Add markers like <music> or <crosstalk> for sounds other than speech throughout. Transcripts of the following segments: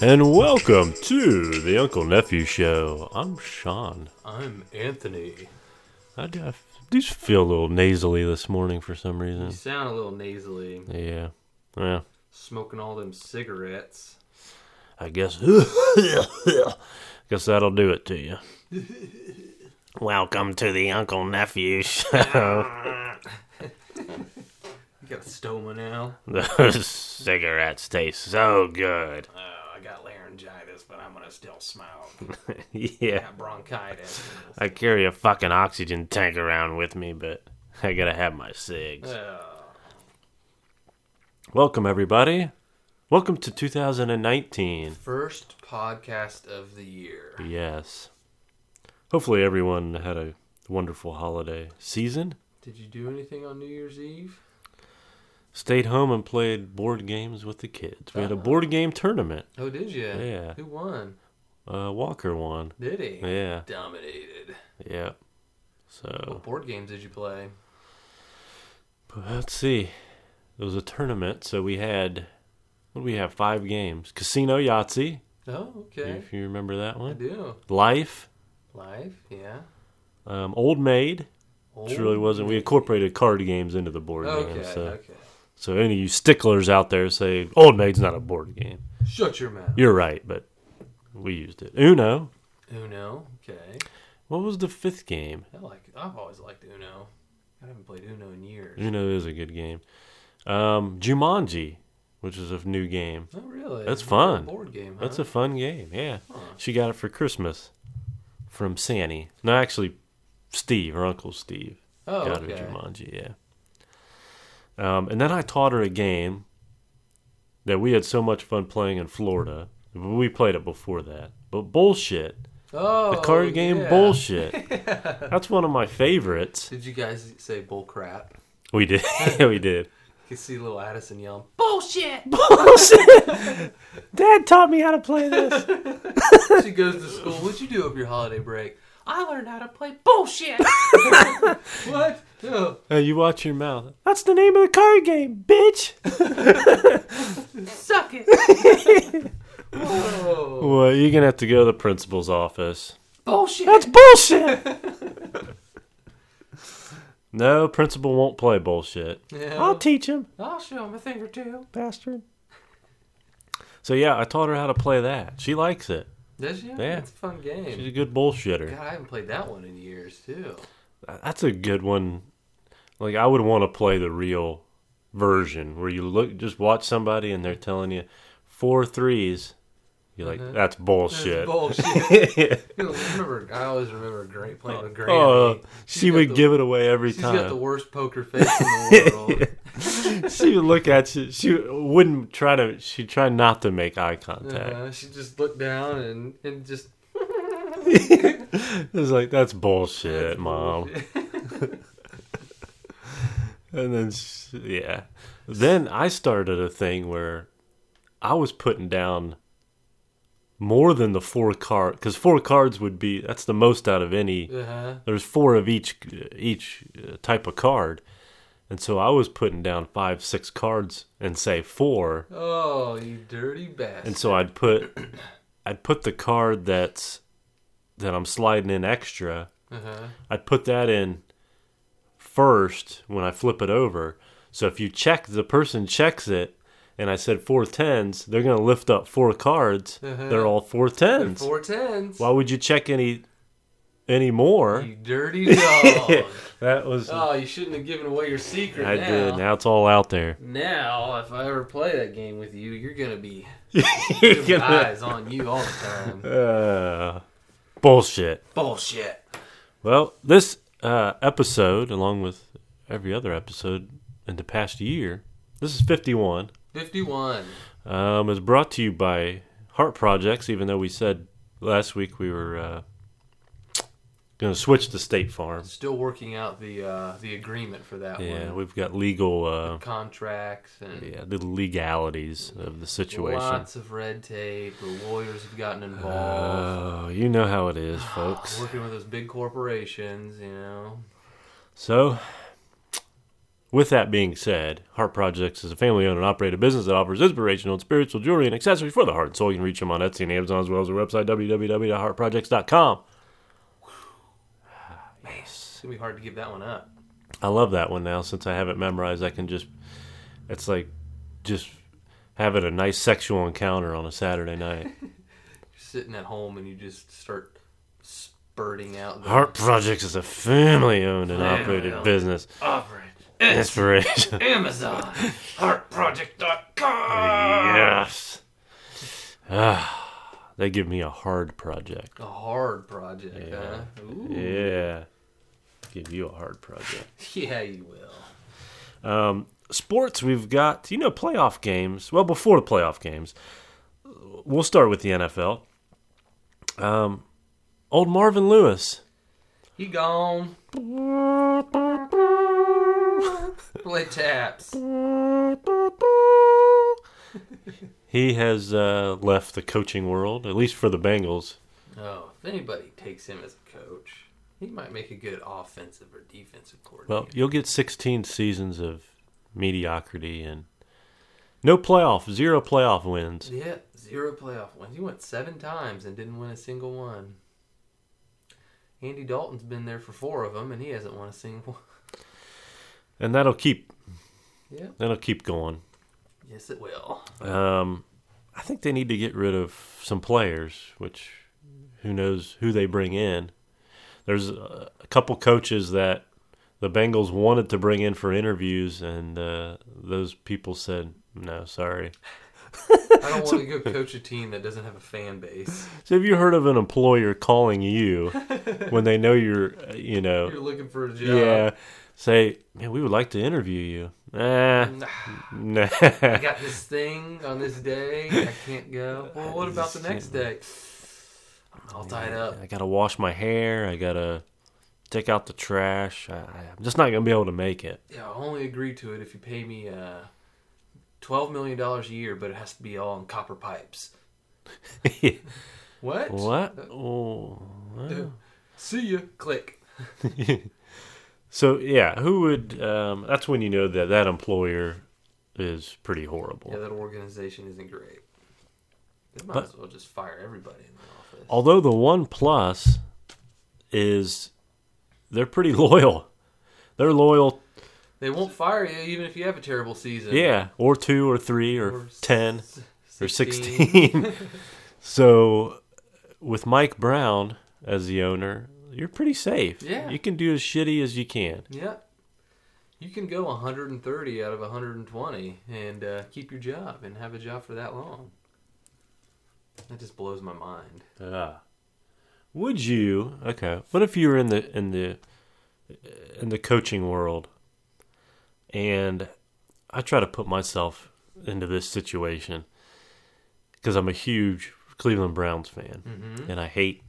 And welcome to the Uncle Nephew Show. I'm Sean. I'm Anthony. I do, I do feel a little nasally this morning for some You reason. sound a little nasally, Yeah. Yeah. smoking all them cigarettes. I guess. <laughs> guess that'll do it to you. welcome to the Uncle Nephew Show. <laughs> You got a stoma now. Those cigarettes taste so good. <laughs> Oh, I got laryngitis, but I'm gonna still <laughs> smile. I yeah. got bronchitis. I carry a fucking oxygen tank around with me, but I gotta have my cigs. Oh, Welcome, everybody. Welcome to 2019. first podcast of the year. Yes. Hopefully, everyone had a wonderful holiday season. Did you do anything on New Year's Eve? Stayed home and played board games with the kids. We had a Ah. board game tournament. Oh, did you? Yeah. Who won? Uh, Walker won. Did he? Yeah, Oh. Dominated. yeah. What So board games did you play? but let's see. It was a tournament, so we had what do we have? Five games: Casino Yahtzee, Oh, okay. if you remember that I one. do. Life, Live, yeah. um, Old Maid. Which really Oh, wasn't. We incorporated card games into the board Okay, game. So, okay. so any of you sticklers out there say Old Maid's not a board game. Shut your mouth. You're right, but we used it. Uno. Uno. Okay. What was the fifth game? I like. I've always liked Uno. I haven't played Uno in years. Uno is a good game. Um, Jumanji, which is a new game. Oh, really? That's It's a fun. Board game. Huh? That's a fun game. Yeah, Huh. she got it for Christmas from Sanny. No, actually, Steve, her uncle Steve, Oh, got okay. her Jumanji. Yeah. Um, and then I taught her a game that we had so much fun playing in Florida. We played it before that, but bullshit. Oh, The card game yeah. bullshit. <laughs> That's one of my favorites. Did you guys say bull crap? We did. <laughs> yeah, we did. You could see little Addison yell <laughs> bullshit. Dad taught me how to play this. <laughs> she goes to school. What'd you do over your holiday break? I learned how to play <laughs> bullshit. what? Oh. No. you watch your mouth. That's the name of the card game, bitch. Suck it. <laughs> Whoa. Well, you're gonna have to go to the principal's office. Bullshit. That's bullshit. <laughs> no, principal won't play bullshit. Yeah. I'll teach him, I'll show him a thing or two. bastard. So yeah, I taught her how to play that. She likes it. Does she? Yeah. It's a fun She's game. a good bullshitter. God, I haven't played that one in years too. That's a good one. Like I would want to play the real version where you look just watch somebody and they're telling you four threes. You're like, Mhm. that's <laughs> That's bullshit. bullshit. <laughs> You know, remember, I always remember great playing with Granny. oh, she She's got would the- give it away every She's got the time. worst poker face in <laughs> the world. she would look at you. She wouldn't try to. She'd try not to make eye contact. Uh, she just looked down and, and just. Uh-huh. It was like that's bullshit, mom. And then s yeah, then I started a thing where I was putting down more than the four card because four cards would be that's the most out of any. <laughs> Uh-huh. There's four of each each uh, type of card, and so I was putting down five six cards and say four, Oh, you dirty bastard. and so I'd put I'd put the card that's that I'm sliding in extra uh-huh. I put that in first when I flip it over. So if you check, the person checks it, and I said four tens, they're going to lift up four cards. Uh-huh. They're all four And tens. four tens. Why would you check any any more? You dirty <laughs> dog. That was oh, you shouldn't have given away your secret I now. did. Now it's all out there. Now, if I ever play that game with you, you're gonna be <laughs> You're gonna be gonna- eyes on you all the time. <laughs> uh, bullshit. Bullshit. Well, this uh, episode, along with every other episode in the past year, this is fifty-one. Fifty-one. um, is brought to you by Heart Projects. Even though we said last week we were uh, going to switch to State Farm, Still working out the uh, the agreement for that yeah, one. we've got legal, uh, Contracts and yeah, the legalities of the situation. Uh, Lots of red tape. The lawyers have gotten involved. Oh, you know how it is, folks. Working with those big corporations, you know. So With that being said, Heart Projects is a family owned and operated business that offers inspirational and spiritual jewelry and accessories for the heart and soul. You can reach them on Etsy and Amazon as well as their website, www.heartprojects.com. It's gonna be hard to give that one up. I love that one now since I have it memorized. I can just, it's like just having a nice sexual encounter on a Saturday night. You're sitting at home and you just start spurting out the Heart Projects is a family owned and Family operated owned. business. operate. <laughs> <laughs> Inspiration. Amazon, heartproject.com. yes. Ah, <sighs> they give me a hard project. A hard project, Yeah. huh? Ooh. Yeah. Give you a hard project. Yeah, you will. Um, sports, we've got, you know, playoff games. Well, before the playoff games, we'll start with the NFL. Um, old Marvin Lewis. He gone. Play taps. Oh, He has uh, left the coaching world, at least for the Bengals. Oh, if anybody takes him as a coach, he might make a good offensive or defensive coordinator. Well, you'll get 16 seasons of mediocrity and no playoff, zero playoff wins. yeah, zero playoff wins. He went seven times and didn't win a single one. Andy Dalton's been there for four of them, and he hasn't won a single one. And that'll keep Yeah, that'll keep going. yes, it <laughs> will. Um, I think they need to get rid of some players, which who knows who they bring in. There's a, a couple coaches that the Bengals wanted to bring in for interviews, and uh, those people said, no, sorry. I don't want to go coach a team that doesn't have a fan base. So have you heard of an employer calling you when they know you're, uh, you know, You're looking for a job. yeah, say, man, we would like to interview you. Eh, Nah, nah. I got this thing on this day. I can't <laughs> go. Well, what about the next day? I'm all tied up. I gotta wash my hair. I gotta take out the trash. I, I- I'm just not gonna be able to make <laughs> it. Yeah, I'll only agree to it if you pay me uh, twelve million dollars a year, but it has to be all in copper pipes. What? what? Uh, Oh, well. See ya. Click. so yeah, who would? Um, that's when you know that that employer is pretty horrible. Yeah, that organization isn't great. They might But- as well just fire everybody in the office. Although the one plus is they're pretty <laughs> loyal. They're loyal, They won't fire you even if you have a terrible season. yeah, or two or three or, Or s- ten. s- or <laughs> 16. so with Mike Brown as the owner, you're pretty safe. Yeah. You can do as shitty as you can. Yep. You can go 130 out of 120 and uh, keep your job and have a job for that long. That just blows my mind. Would you? Okay. What if you were in the in the in the coaching world and I try to put myself into this situation cuz I'm a huge Cleveland Browns fan Mhm. and I hate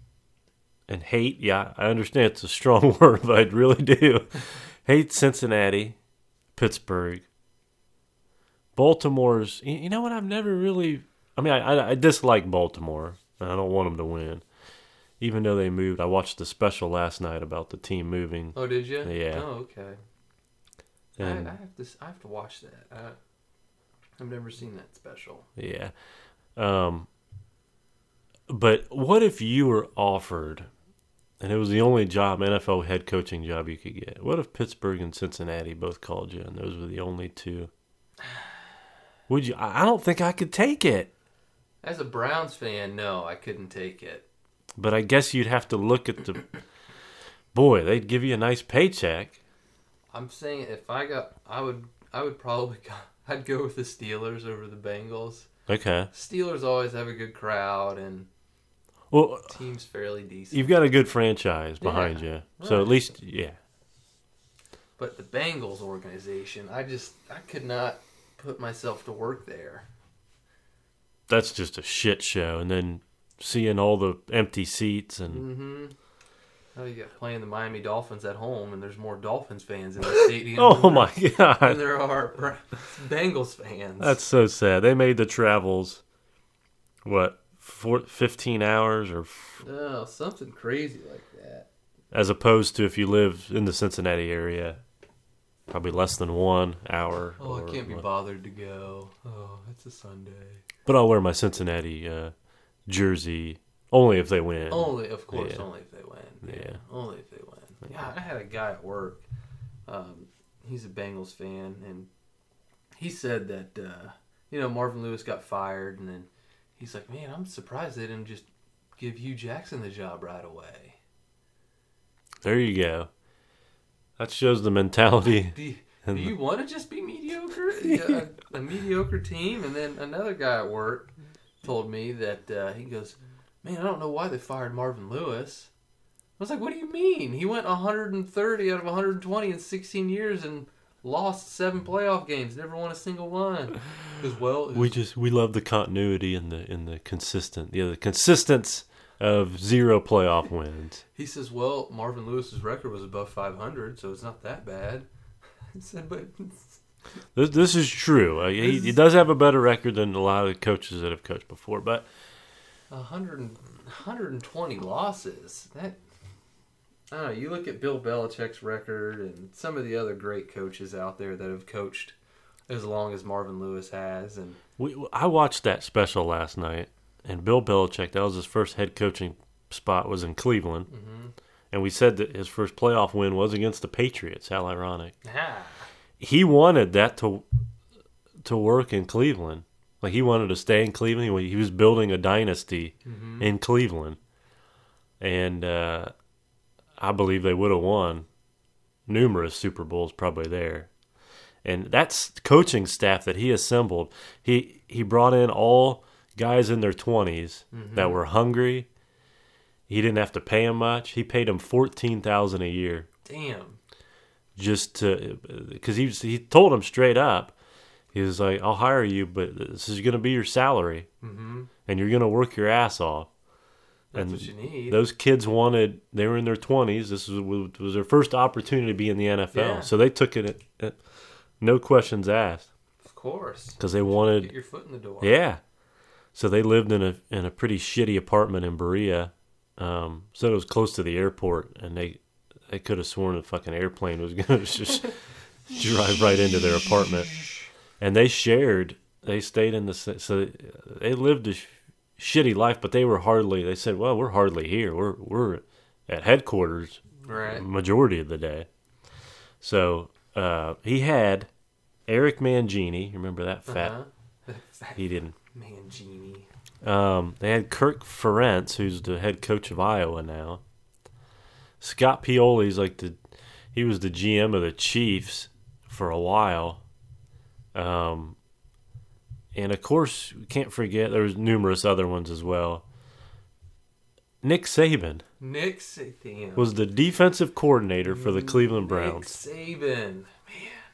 and hate, yeah, I understand it's a strong <laughs> word, but I really do. hate Cincinnati, Pittsburgh, Baltimore's. You you know what? I've never really. I mean, I, I, I dislike Baltimore, and I don't want them to win, even though they moved. I watched the special last night about the team moving, Oh, did you? Yeah. Oh, okay. and I, I have to. s- I have to watch that. I, I've never seen that special. yeah. Um, but what if you were offered, and it was the only job NFL head coaching job you could get? What if Pittsburgh and Cincinnati both called you, and those were the only two? Would you? I I don't think I could take it. As a Browns fan, no, I couldn't take it. But I guess you'd have to look at the boy. They'd give you a nice paycheck. I'm saying if I got, I would, I would probably, <laughs> go, I'd go with the Steelers over the Bengals. Okay. Steelers always have a good crowd and Well, teams fairly decent. you've got a good franchise behind Yeah, you, so right. at least yeah. But the Bengals organization, I just, I could not put myself to work there. That's just a shit show. And then seeing all the empty seats and Mm-hmm. Oh, you got playing the Miami Dolphins at home, and there's more Dolphins fans in <laughs> the stadium. oh than my there- god, than There are Bra- Bengals fans. that's so sad. They made the travels what four, 15 hours or f- oh, something crazy like that. as opposed to if you live in the Cincinnati area, probably less than one hour. Oh, or I can't be what- bothered to go. Oh, it's a Sunday. But I'll wear my Cincinnati uh, jersey only if they win. Only, of course, Yeah. only if they win. Yeah. Only if they win. Yeah, I had a guy at work. Um, he's a Bengals fan, and he said that uh, you know Marvin Lewis got fired, and then he's like, "Man, I'm surprised they didn't just give Hugh Jackson the job right away." There you go. That shows the mentality. Do you, do And the- you want to just <laughs> be mediocre? Yeah, a, a mediocre team? And then another guy at work told me that uh, he goes, Man, I don't know why they fired Marvin Lewis. I was like, What do you mean? He went 130 out of 120 in 16 years and lost seven playoff games, never won a single one. Because, well, We just we love the continuity and the and the consistent yeah the consistence of zero playoff wins. he says, Well, Marvin Lewis's record was above 500, so it's not that bad. <laughs> I said, But This, this is true. Uh, he, he does have a better record than a lot of the coaches that have coached before, but 100, 120 losses. That I don't know. You look at Bill Belichick's record and some of the other great coaches out there that have coached as long as Marvin Lewis has, and we, I watched that special last night, and Bill Belichick. That was his first head coaching spot was in Cleveland, and we said that his first playoff win was against the Patriots. How ironic! ah, he wanted that to to work in Cleveland. Like he wanted to stay in Cleveland. He was building a dynasty in Cleveland, and uh, I believe they would have won numerous Super Bowls probably there. And that's coaching staff that he assembled. He he brought in all guys in their 20s that were hungry. He didn't have to pay them much. He paid them fourteen thousand a year damn, just to because he was- he told him straight up he was like i'll hire you but this is going to be your salary mm-hmm. and you're going to work your ass off that's And what you need. those kids wanted they were in their 20s this was, was their first opportunity to be in the nfl Yeah. so they took it at, at no questions asked of course, because they get wanted your foot in the door. yeah so they lived in a in a pretty shitty apartment in Berea um, so it was close to the airport and they they could have sworn the fucking airplane was <laughs> going to just drive right into their apartment and they shared they stayed in the sa- so they lived a sh- shitty life but they were hardly they said well we're hardly here we're we're at headquarters right. majority of the day so uh, he had eric mangini you remember that fat Uh-huh. <laughs> Fat he didn't man, genie. um, they had Kirk Ferentz, who's the head coach of Iowa now. Scott Pioli's like the he was the GM of the Chiefs for a while. Um, and of course, we can't forget there was numerous other ones as well. Nick Saban Nick Saban was the defensive coordinator for the Cleveland Browns. Nick Saban.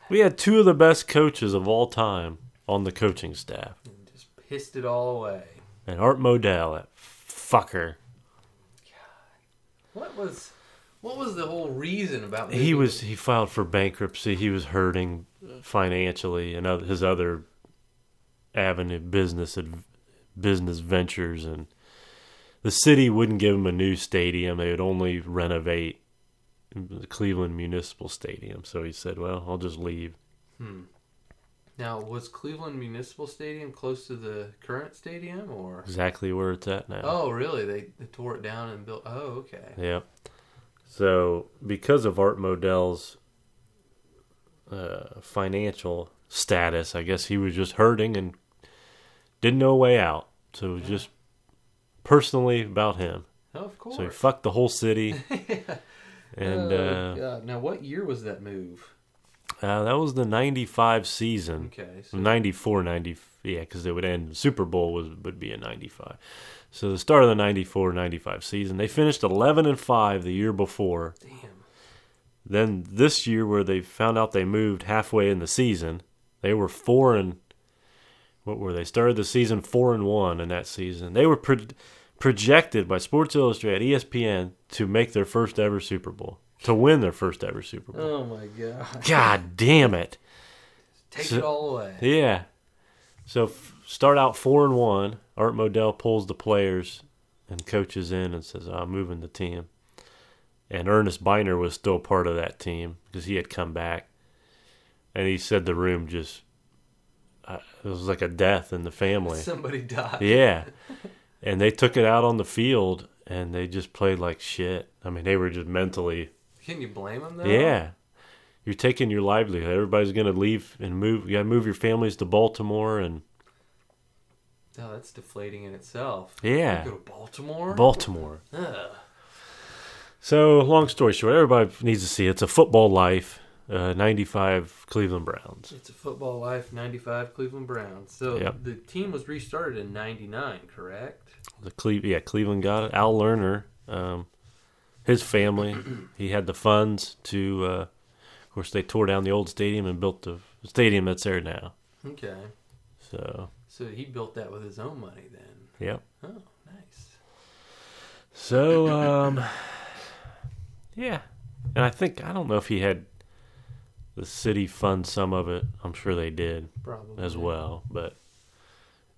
We had two of the best coaches of all time on the coaching staff. And just pissed it all away. And Art Modell, that fucker. What was, what was the whole reason about? he moving was he filed for bankruptcy. He was hurting financially and other, his other avenue business ad, business ventures and the city wouldn't give him a new stadium. They would only renovate the Cleveland Municipal Stadium. So he said, "Well, I'll just leave." Now, was Cleveland Municipal Stadium close to the current stadium, or? Exactly where it's at now. Oh, really? They, they tore it down and built. Oh, okay. Yeah. So because of Art Modell's uh, financial status, I guess he was just hurting and didn't know a way out. So it was just personally about him. Oh, of course. So he fucked the whole city. and Oh, uh, God. now, what year was that move? uh, that was the 95 season. Okay, so Mm. 94, 90, yeah, because it would end. the Super Bowl was would be in 95. So the start of the 94, 95 season, they finished 11 and 5 the year before. damn. Then this year, where they found out they moved halfway in the season, they were four and what were they? Started the season four and one in that season. They were pro- projected by Sports Illustrated, E ESPN, to make their first ever Super Bowl, to win their first ever Super Bowl. Oh my God! God damn it! Take So- it all away. Yeah. So f- start out four and one. Art Modell pulls the players and coaches in and says, "I'm moving the team." And Ernest Biner was still part of that team because he had come back. and he said the room just uh, it was like a death in the family. Somebody died. Yeah, and they took it out on the field and they just played like shit. I mean, they were just mentally Can you blame them though? yeah. You're taking your livelihood. Everybody's gonna leave and move. You gotta move your families to Baltimore and No, Oh, that's deflating in itself. yeah, Go to Baltimore. Baltimore. Ugh. So, long story short, everybody needs to see it. It's a football life. Uh, 95 Cleveland Browns. It's a football life. Ninety-five Cleveland Browns. So Yep. the team was restarted in ninety-nine, correct? The Cle- yeah, Cleveland got it. Al Lerner, um, his family, he had the funds to. Uh, of course, they tore down the old stadium and built the stadium that's there now. Okay. So, So he built that with his own money then. yep. Oh, nice. So, um, yeah. And I think, I don't know if he had the city fund some of it. I'm sure they did Probably as <sighs> well. But,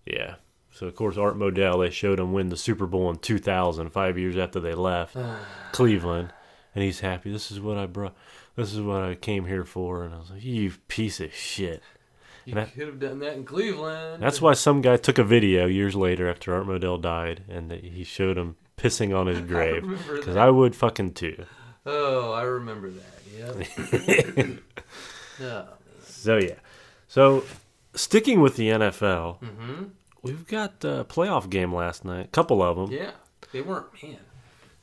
yeah. So, of course, Art Modell, they showed him win the Super Bowl in 2000, five years after they <sighs> <sighs> left Cleveland. And he's happy. This is what I brought. This is what I came here for. And I was like, you piece of shit. You And I- could have done that in Cleveland. <laughs> That's why some guy took a video years later after Art Modell died and that he showed him pissing on his <laughs> I grave. remember Because that. I would fucking too. Oh, I remember that. Yep. <laughs> oh, So yeah. So sticking with the NFL, mm-hmm. we've got a playoff game last night. couple of them. Yeah, they weren't. Man,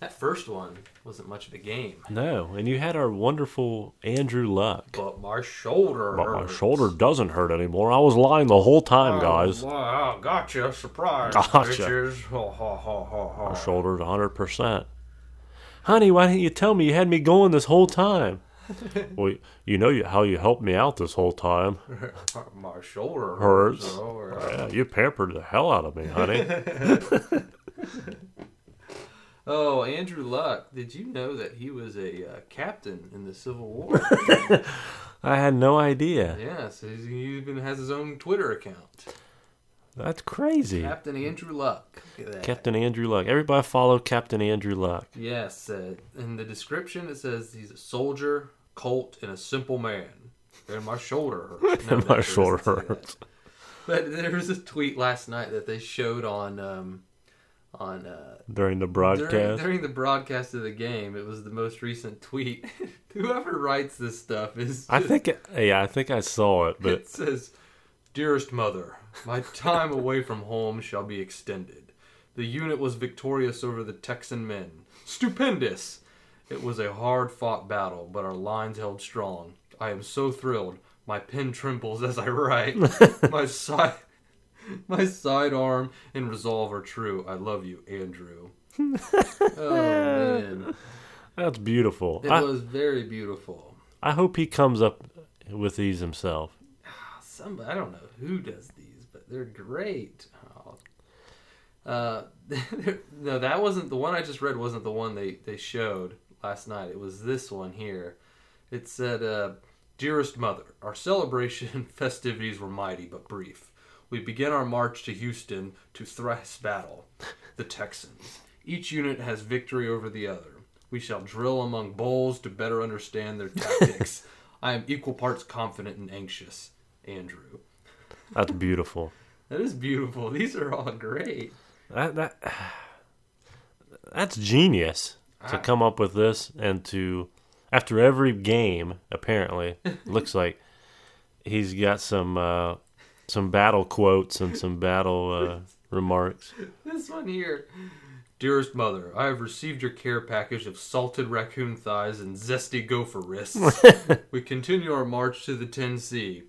that first one wasn't much of a game. No, and you had our wonderful Andrew Luck. But my shoulder. But my hurts. shoulder doesn't hurt anymore. I was lying the whole time, guys. Oh, wow, gotcha! Surprise, Gotcha. bitches! Ha ha ha ha My ha. shoulder's 100%. Honey, why didn't you tell me you had me going this whole <laughs> time? well, you know you, how you helped me out this whole time. My shoulder hurts. Hurts. Oh, yeah. Yeah, you pampered the hell out of me, <laughs> honey. Oh, Andrew Luck! Did you know that he was a uh, captain in the Civil War? I had no idea. yeah, so he's- he even has his own Twitter account. That's crazy. Captain Andrew Luck. Look at that. Captain Andrew Luck. Everybody follow Captain Andrew Luck. Yes, uh, in the description it says he's a soldier, colt, and a simple man. And my shoulder <laughs> hurts. No, And that my shoulder doesn't say that. hurts. But there was a tweet last night that they showed on um, on uh, during the during, broadcast. during the broadcast of the game. It was the most recent <laughs> tweet. Whoever writes this stuff is I just- think, it, yeah, I think I saw it, <laughs> but it says, Dearest Mother, my time away from home shall be extended. The unit was victorious over the Texan men. Stupendous! It was a hard fought battle, but our lines held strong. I am so thrilled. My pen trembles as I <laughs> write. my side. My sidearm and resolve are true. I love you, <laughs> Andrew. oh man, that's beautiful. it I, was very beautiful. I hope he comes up with these himself. Some I don't know who does these, but they're great. Oh. Uh, <laughs> no, that wasn't the one I just read. Wasn't the one they they showed last night. It was this one here. It said, uh, "Dearest mother, our celebration <laughs> and festivities were mighty but brief. We begin our march to Houston to thrice battle <laughs> the Texans. Each unit has victory over the other. We shall drill among bowls to better understand their tactics. I am equal parts confident and anxious, Andrew." That's beautiful. That is beautiful. These are all great. That, that <sighs> that's genius to I- come up with this and to after every game. Apparently, looks like he's got some uh, some battle quotes and some battle uh, remarks. This one here. Dearest mother, I have received your care package of salted raccoon thighs and zesty gopher wrists. we continue our march to the Tennessee.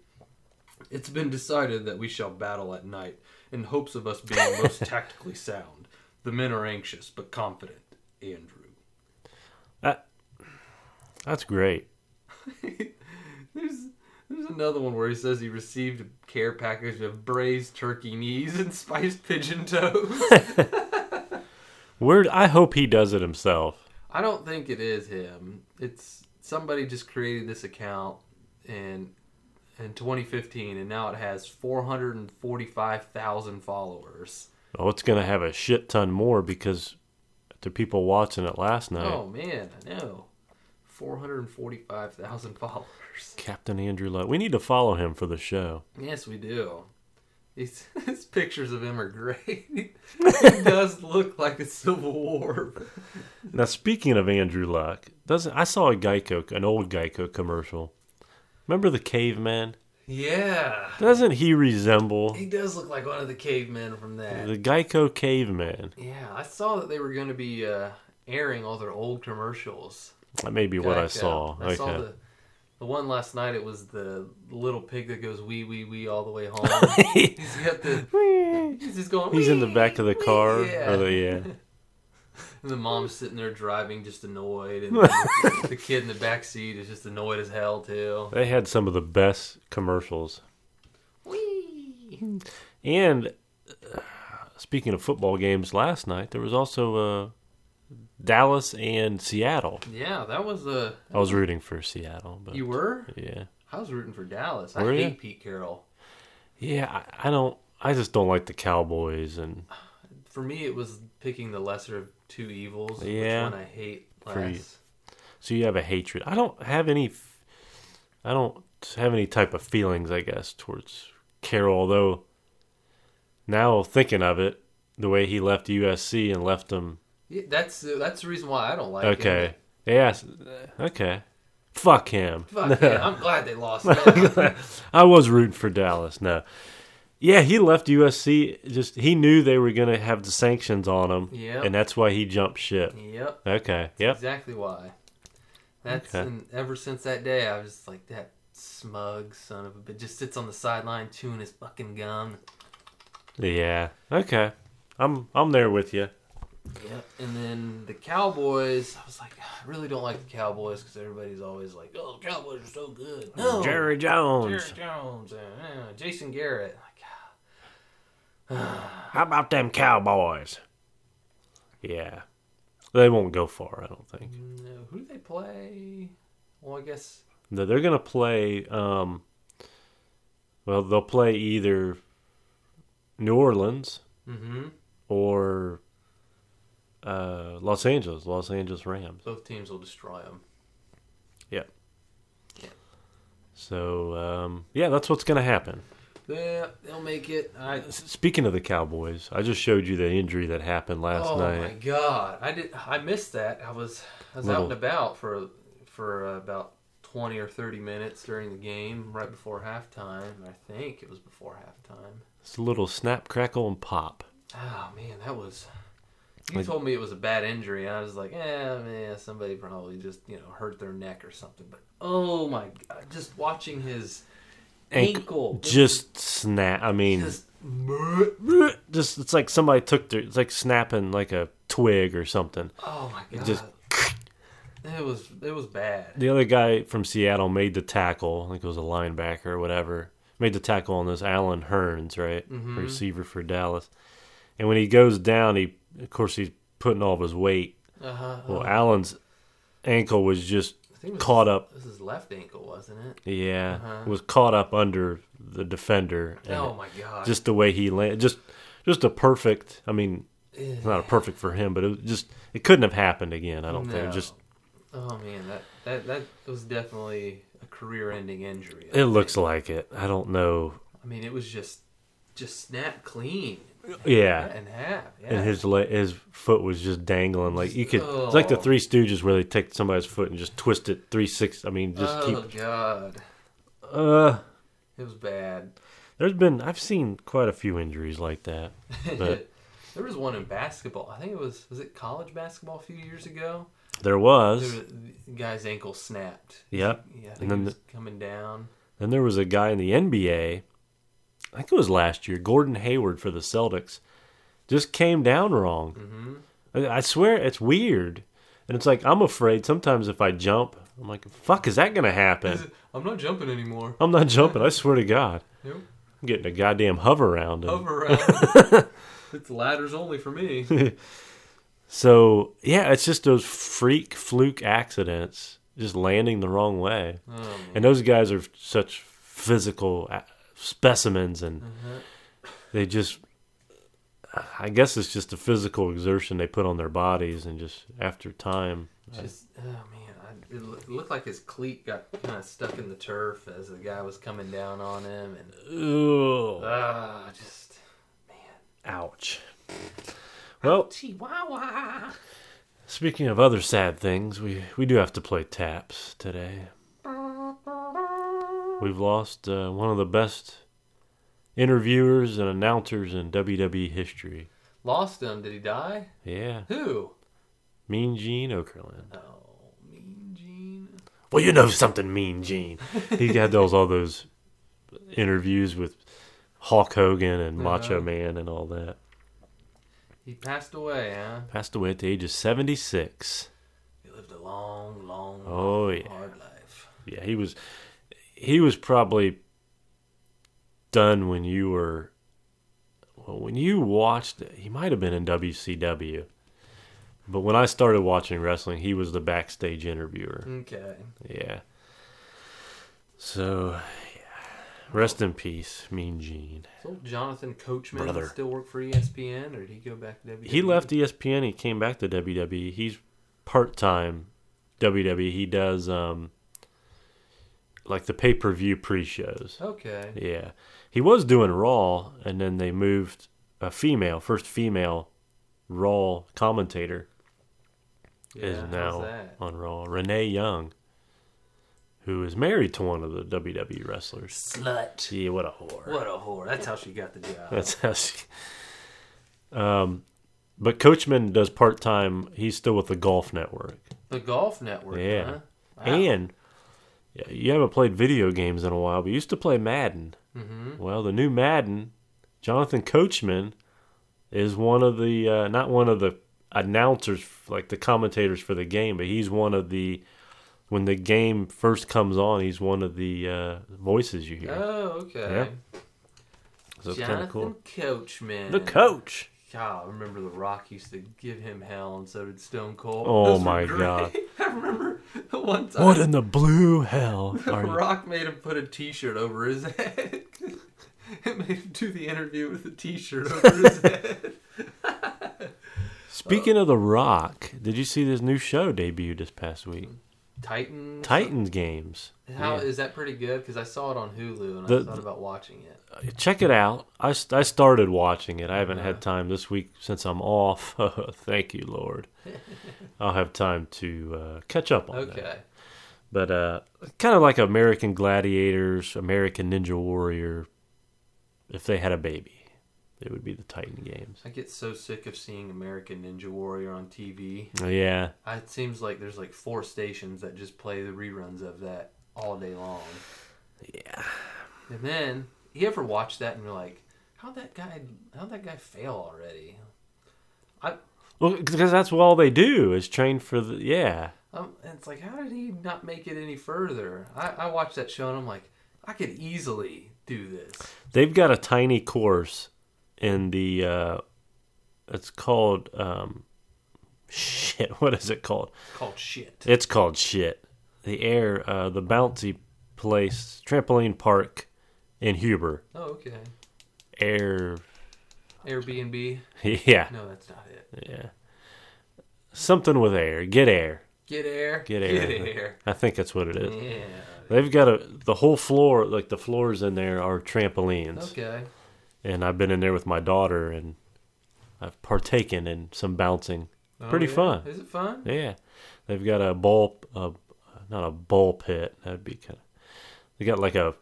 It's been decided that we shall battle at night in hopes of us being most tactically sound. The men are anxious but confident. Andrew. That's great. There's there's another one where he says he received a care package of braised turkey knees and spiced pigeon toes. Where I hope he does it himself. I don't think it is him. It's somebody just created this account in in 2015, and now it has 445,000 followers. Oh, it's gonna have a shit ton more because the people watching it last night. Oh man, I know. 445,000 <laughs> followers. Captain Andrew Luck. We need to follow him for the show. Yes, we do. These, <laughs> his pictures of him are great. <laughs> he does look like a Civil War. <laughs> Now, speaking of Andrew Luck, doesn't I saw a Geico, an old Geico commercial. Remember the caveman? Yeah. Doesn't he resemble He does look like one of the cavemen from that. the Geico caveman? Yeah, I saw that they were going to be uh, airing all their old commercials. That may be what I Geico. saw. I saw the, the one last night. It was the little pig that goes wee wee wee all the way <laughs> home. <laughs> okay. he's got the he's just going. He's in the "Wee, back of the wee," car. Yeah. Or the, yeah. And the mom's sitting there driving, just annoyed, <laughs> and the, the kid in the back seat is just annoyed as hell too. They had some of the best commercials. Wee. And uh, speaking of football games last night, there was also uh, Dallas and Seattle. Yeah, that was a. I was rooting for Seattle, but You were? yeah, I was rooting for Dallas. Were I ya? hate Pete Carroll. yeah. I, I don't. I just don't like the Cowboys, and For me, it was picking the lesser of two evils. Yeah. Which one I hate For you. less. so you have a hatred. I don't have any. f- I don't have any type of feelings, I guess, towards Carroll. Although now thinking of it, the way he left USC and left them. Yeah, that's that's the reason why I don't like him. Okay. Yes. Okay. Fuck him. <laughs> Fuck yeah, I'm glad they lost. now. I was rooting for Dallas. No. Yeah, he left USC. Just he knew they were going to have the sanctions on him, Yep. and that's why he jumped ship. yep, Okay. Yep. exactly why. That's Okay. and ever since that day, I was just like that smug son of a bitch. Just sits on the sideline chewing his fucking gum. Yeah. Okay. I'm I'm there with you. Yep. And then the Cowboys, I was like, I really don't like the Cowboys because everybody's always like, oh, the Cowboys are so good. No, Mm, Jerry Jones. Jerry Jones, uh, uh, Jason Garrett. Like, ah, How about them Cowboys? Yeah. They won't go far, I don't think. no, who do they play? Well, I guess No, they're going to play um well, they'll play either New Orleans hmm or uh, Los Angeles, Los Angeles Rams. both teams will destroy them. So um, yeah, that's what's going to happen. Uh, Yeah, they'll make it. I, S- Speaking of the Cowboys, I just showed you the injury that happened last oh night. my god, I did. I missed that. I was I was out Little- and about for for uh, about twenty or thirty minutes during the game, right before halftime. I think it was before halftime. It's a little snap, crackle, and pop. Oh man, that was. You Like- told me it was a bad injury, and I was like, "Yeah, man, somebody probably just you know hurt their neck or something." But oh my god, just watching his Anc- ankle it Just snap. I mean, <laughs> just, was it's like somebody took their. It's like snapping like a twig or something. oh my god, just- it was it was bad. The other guy from Seattle made the tackle. I think it was a linebacker or whatever. Made the tackle on this Allen Hearns, right? Mm-hmm. Receiver for Dallas. And when he goes down, he of course he's putting all of his weight. Uh-huh. Well, Allen's ankle was just I think it was caught up. This is left ankle, wasn't it? Yeah, Uh-huh. was caught up under the defender. And oh my god! just the way he landed, just just a perfect. I mean, Ugh. not a perfect for him, but it was just it couldn't have happened again. I don't No. think. Just oh man, that that that was definitely a career-ending injury. it looks like it. I don't know. I mean, it was just just snapped clean Yeah. and half. Yeah. and his le- his foot was just dangling. Like you could, it's like the Oh. Three Stooges where they take somebody's foot and just twist it three six. I mean, just oh keep. god, Uh, it was bad. there's been I've seen quite a few injuries like that. But- <laughs> there was one in basketball. I think it was was it college basketball a few years ago. There There was, was, the guy's ankle snapped. yep. Yeah, I And think then he was coming down. Then there was a guy in the NBA. I think it was last year, Gordon Hayward for the Celtics, just came down wrong. Mhm. I I swear it's weird, and it's like I'm afraid sometimes if I jump, I'm like, "Fuck, is that gonna happen?" <laughs> I'm not jumping anymore. I'm not jumping. I swear to God. Nope. I'm getting a goddamn hover round. And, Over around. <laughs> it's ladders only for me. so yeah, it's just those freak fluke accidents, just landing the wrong way. Oh, man. And those guys are such physical a- specimens, and Uh-huh. they just. uh, I guess it's just the physical exertion they put on their bodies, and just after time, Just oh man, it loo- it looked like his cleat got kind of stuck in the turf as the guy was coming down on him, and Ugh. ah, just Ouch. Well, Chihuahua. speaking of other sad things, we, we do have to play taps today. We've lost uh, one of the best interviewers and announcers in WWE history. Lost him. Did he die? Yeah, Who? Mean Gene Okerlund. Oh, Mean Gene. Well, you know something, Mean Gene. He had those all those interviews with Hulk Hogan and Macho Uh-huh. Man and all that. He passed away, huh? Passed away at the age of seventy six. He lived a long, long, Oh yeah. hard life. Yeah, he was he was probably done when you were well, when you watched he might have been in WCW. But when I started watching wrestling, he was the backstage interviewer. Okay. Yeah. So, yeah. Rest in peace, Mean Gene. So old Jonathan Coachman Brother. still work for E ESPN, or did he go back to E? WWE? He left E ESPN, he came back to WWE. He's part-time WWE. He does um like the pay-per-view pre-shows. Okay. Yeah. He was doing Raw, and then they moved a female, first female Raw commentator Yeah, is how's now that? on Raw. Renee Young, who is married to one of the WWE wrestlers. Slut. Gee, what a whore. What a whore. That's how she got the job. That's <laughs> how she. Um, but Coachman does part time. He's still with the Golf Network. <laughs> the Golf Network, Yeah. huh? Wow. And yeah, you haven't played video games in a while, but you used to play Madden. Mhm. Well, the new Madden, Jonathan Coachman, is one of the uh, not one of the announcers, like the commentators for the game, but he's one of the when the game first comes on, he's one of the uh, voices you hear. Oh, okay. so it's kind Jonathan of cool. Coachman. The coach. God, I remember The Rock used to give him hell, and so did Stone Cold. Oh were my great. God. <laughs> I remember the one time What in the blue hell <laughs> The are you? Rock made him put a T-shirt over his head. <laughs> it made him do the interview with a T-shirt over <laughs> his head. Speaking of The Rock, did you see this new show debuted this past week? Titan. Titans games. How Yeah. is that pretty good? Because I saw it on Hulu and The- I thought about watching it. check it out. I, s- I started watching it. I haven't had time this week since I'm off. <laughs> Thank you, Lord. I'll have time to uh, catch up on that. Okay. But uh, kind of like American Gladiators, American Ninja Warrior. If they had a baby, it would be the Titan games. I get so sick of seeing American Ninja Warrior on TV. Yeah, I- It seems like there's like four stations that just play the reruns of that all day long. Yeah. And then you ever watch that and you're like, how that guy? How that guy fail already? well, because that's what all they do is train for the yeah. Um, and it's like, how did he not make it any further? I, I watched that show and I'm like, I could easily do this. They've got a tiny course in the. Uh, it's called um, <laughs> shit. What is it called? It's called shit. It's called shit. The air, uh, the bouncy place, trampoline park in Huber. Oh, okay. Air, <laughs> Airbnb. yeah, No, that's not it. yeah, something with air. Get air. Get air. Get air. I think that's what it <laughs> Get is. air. They've got a the whole floor, like the floors in there are trampolines, Yeah. Okay. and I've been in there with my daughter, and I've partaken in some bouncing. Oh, Pretty yeah. fun. Is it fun? Yeah, they've got a ball, a, not a ball pit. That'd be kind of. They got like a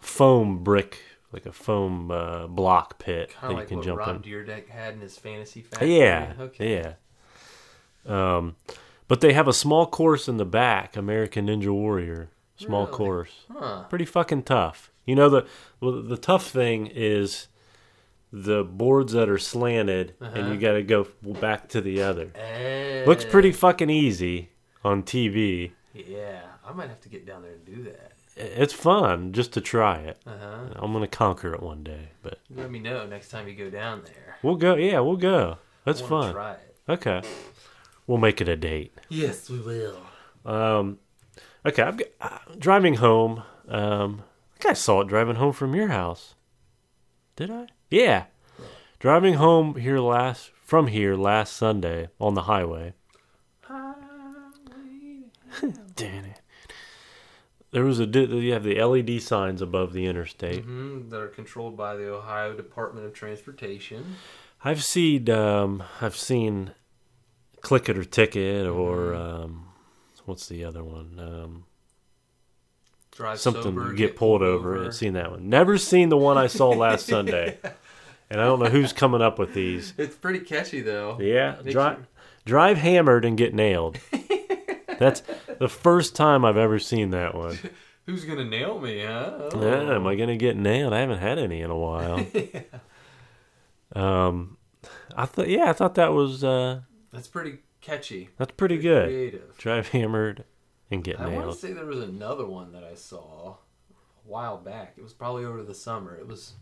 foam brick, like a foam uh, block pit Kind that of you like can what jump Rob Deerdeck had in his fantasy in. factory. Yeah, Okay. yeah. Um, but they have a small course in the back, American Ninja Warrior. Small Really? course, Huh. pretty fucking tough. You know the well, the tough thing is the boards that are slanted, and Uh-huh. you got to go back to the other. Eh. Looks pretty fucking easy on TV. Yeah. I might have to get down there and do that. It's fun just to try it. Uh huh. I'm gonna conquer it one day, but Let me know next time you go down there. we'll go. Yeah, we'll go. That's I wanna fun. Try it. Okay, we'll make it a date. Yes, we will. Um, okay, I'm g- uh, driving home. Um, I think I saw it driving home from your house. Did I? Yeah, driving home here <laughs> last from here last Sunday on the highway. There was a di- you have the LED signs above the interstate. hmm that are controlled by the Ohio Department of Transportation. I've seen um, I've seen click it or ticket or um, what's the other one? Um, Drive something sober, you get, pulled, over. I've seen that one. Never seen the one I saw <laughs> last Sunday, and I don't know who's coming up with <laughs> these. It's pretty catchy though. Yeah, Makes drive you- drive hammered and get <laughs> nailed. That's the first time I've ever seen that <laughs> one. Who's gonna nail me, huh? Oh. Yeah, am I gonna get nailed? I haven't had any in a <laughs> while. Um, I thought yeah, I thought that was uh, That's pretty catchy. that's pretty good. Creative. Drive hammered and get I want to nailed. say there was another one that I saw a while back. It was probably over the summer. It was,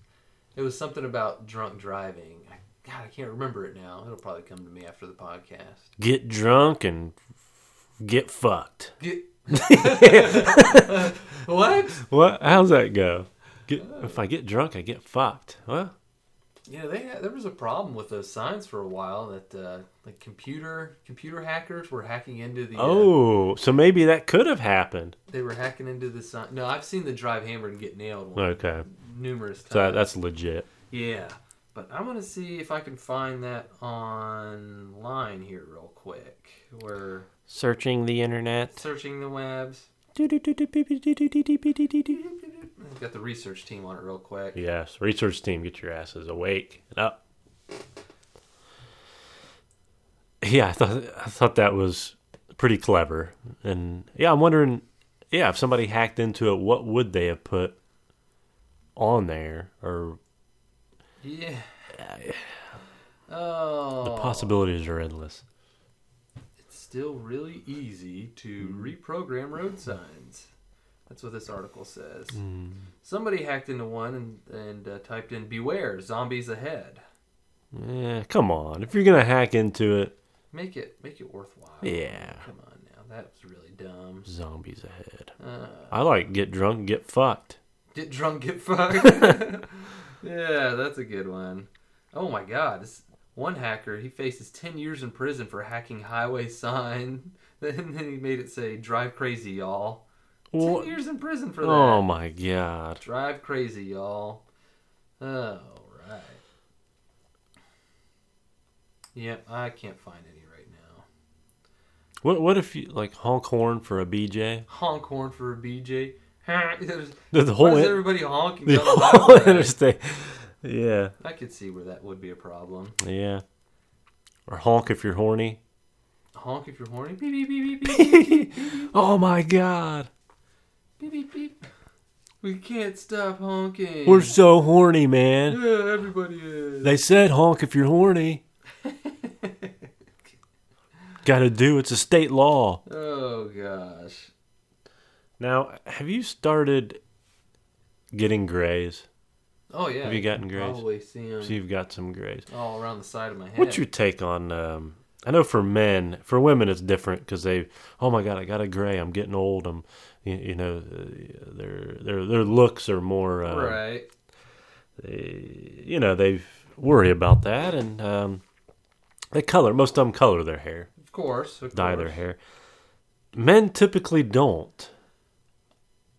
it was something about drunk driving. I, God, I can't remember it now. It'll probably come to me after the podcast. Get drunk and get fucked. Get... <laughs> what? What? How's that go? Get, if I get drunk, I get fucked. Well, Yeah, they had, there was a problem with those signs for a while that uh, like computer computer hackers were hacking into the. uh, oh, so maybe that could have happened. they were hacking into the sign. No, I've seen the drive hammered and get nailed one Okay, numerous times. so that, that's legit. Yeah, but I'm gonna see if I can find that online here real quick. We're Searching the internet. searching the webs. Yes, I've got the research team on it real quick. research team, get your asses awake and up. Yeah, I thought I thought that was pretty clever, and yeah, I'm wondering, yeah, if somebody hacked into it, what would they have put on there, or Yeah. Oh. the possibilities are endless. It's still really easy to Hmm. reprogram road signs. That's what this article says. Hmm. Somebody hacked into one and, and uh, typed in "Beware, zombies ahead." Eh, come on, if you're gonna hack into it, Make it make it worthwhile. yeah, Come on now, that was really dumb. zombies ahead. Uh, I like get drunk, get fucked. Get drunk, get fucked. <laughs> yeah, that's a good one. Oh my god. This one hacker, he faces 10 years in prison for hacking highway sign. <laughs> Then then he made it say, drive crazy, y'all. 10 What? years in prison for that. Oh my god. Drive crazy, y'all. Alright. Yep, I can't find any right now. What what if you like honk horn for a BJ? Honk horn for a BJ. There's- The, the <laughs> Why whole is in, <laughs> everybody honking? the down the whole highway? interstate. Yeah, I could see where that would be a problem. yeah. Or honk if you're <laughs> horny. honk if you're horny. Beep beep beep beep beep oh my god. beep beep beep. We can't stop honking. We're so horny, man. yeah, everybody is. They said honk if you're <laughs> horny. Gotta do, it's a state law. Oh gosh. Now, have you started getting grays? Oh yeah. Have you gotten you grays? Probably see them So you've got some grays. all around the side of my head. What's your take on? Um, I know for men, for women, it's different because they, oh my god, I got a gray. I'm getting old. I'm, you, you know, uh, their their their looks are more, uh, right? they- you know, they worry about that and um, they color. Most of them color their hair, Of course. Of dye course. their hair. Men typically don't.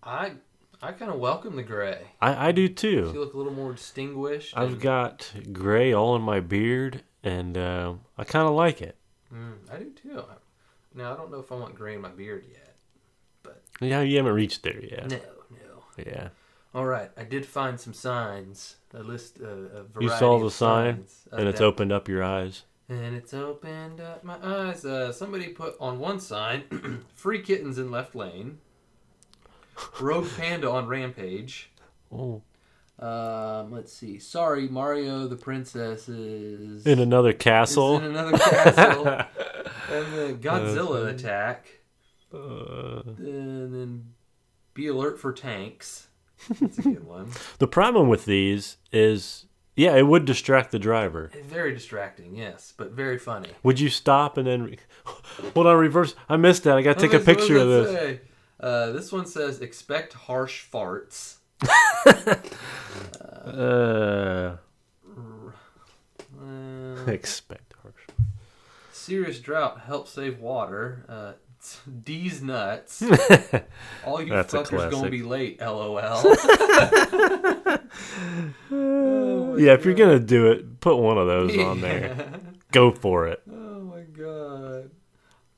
I I kind of welcome the gray. I, I do You too. look a little more distinguished. I've and- got gray all in my beard, and um I kind of like it. Mm, I do too. I- Now I don't know if I want gray in my beard yet. Yeah, you haven't reached there yet. No, no. Yeah. All right, I did find some signs. A list, uh, a variety You saw the of sign, signs of and it's that- opened up your eyes. And it's opened up my eyes. Uh, somebody put on one sign, <clears throat> free kittens in left lane, rogue panda on rampage. Oh. Um, let's see. Sorry, Mario the princess is In another is castle. in <laughs> another castle. and the Godzilla attack. Uh, And then be alert for tanks. That's a good <laughs> one. the problem with these is, yeah, it would distract the driver. Very distracting, yes, but very funny. Would you stop and then, re- <laughs> hold on, reverse? I missed that. I got to take a What does- what picture of does this. that say? Uh, this one says expect harsh farts. Uh, Uh, expect harsh. serious drought helps save water. Uh, <laughs> nuts. <laughs> D's nuts. All you That's a fuckers gonna classic. be late. LOL. <laughs> yeah, if you're gonna do it, put one of those on there. Oh Yeah. Go for it. Oh my god.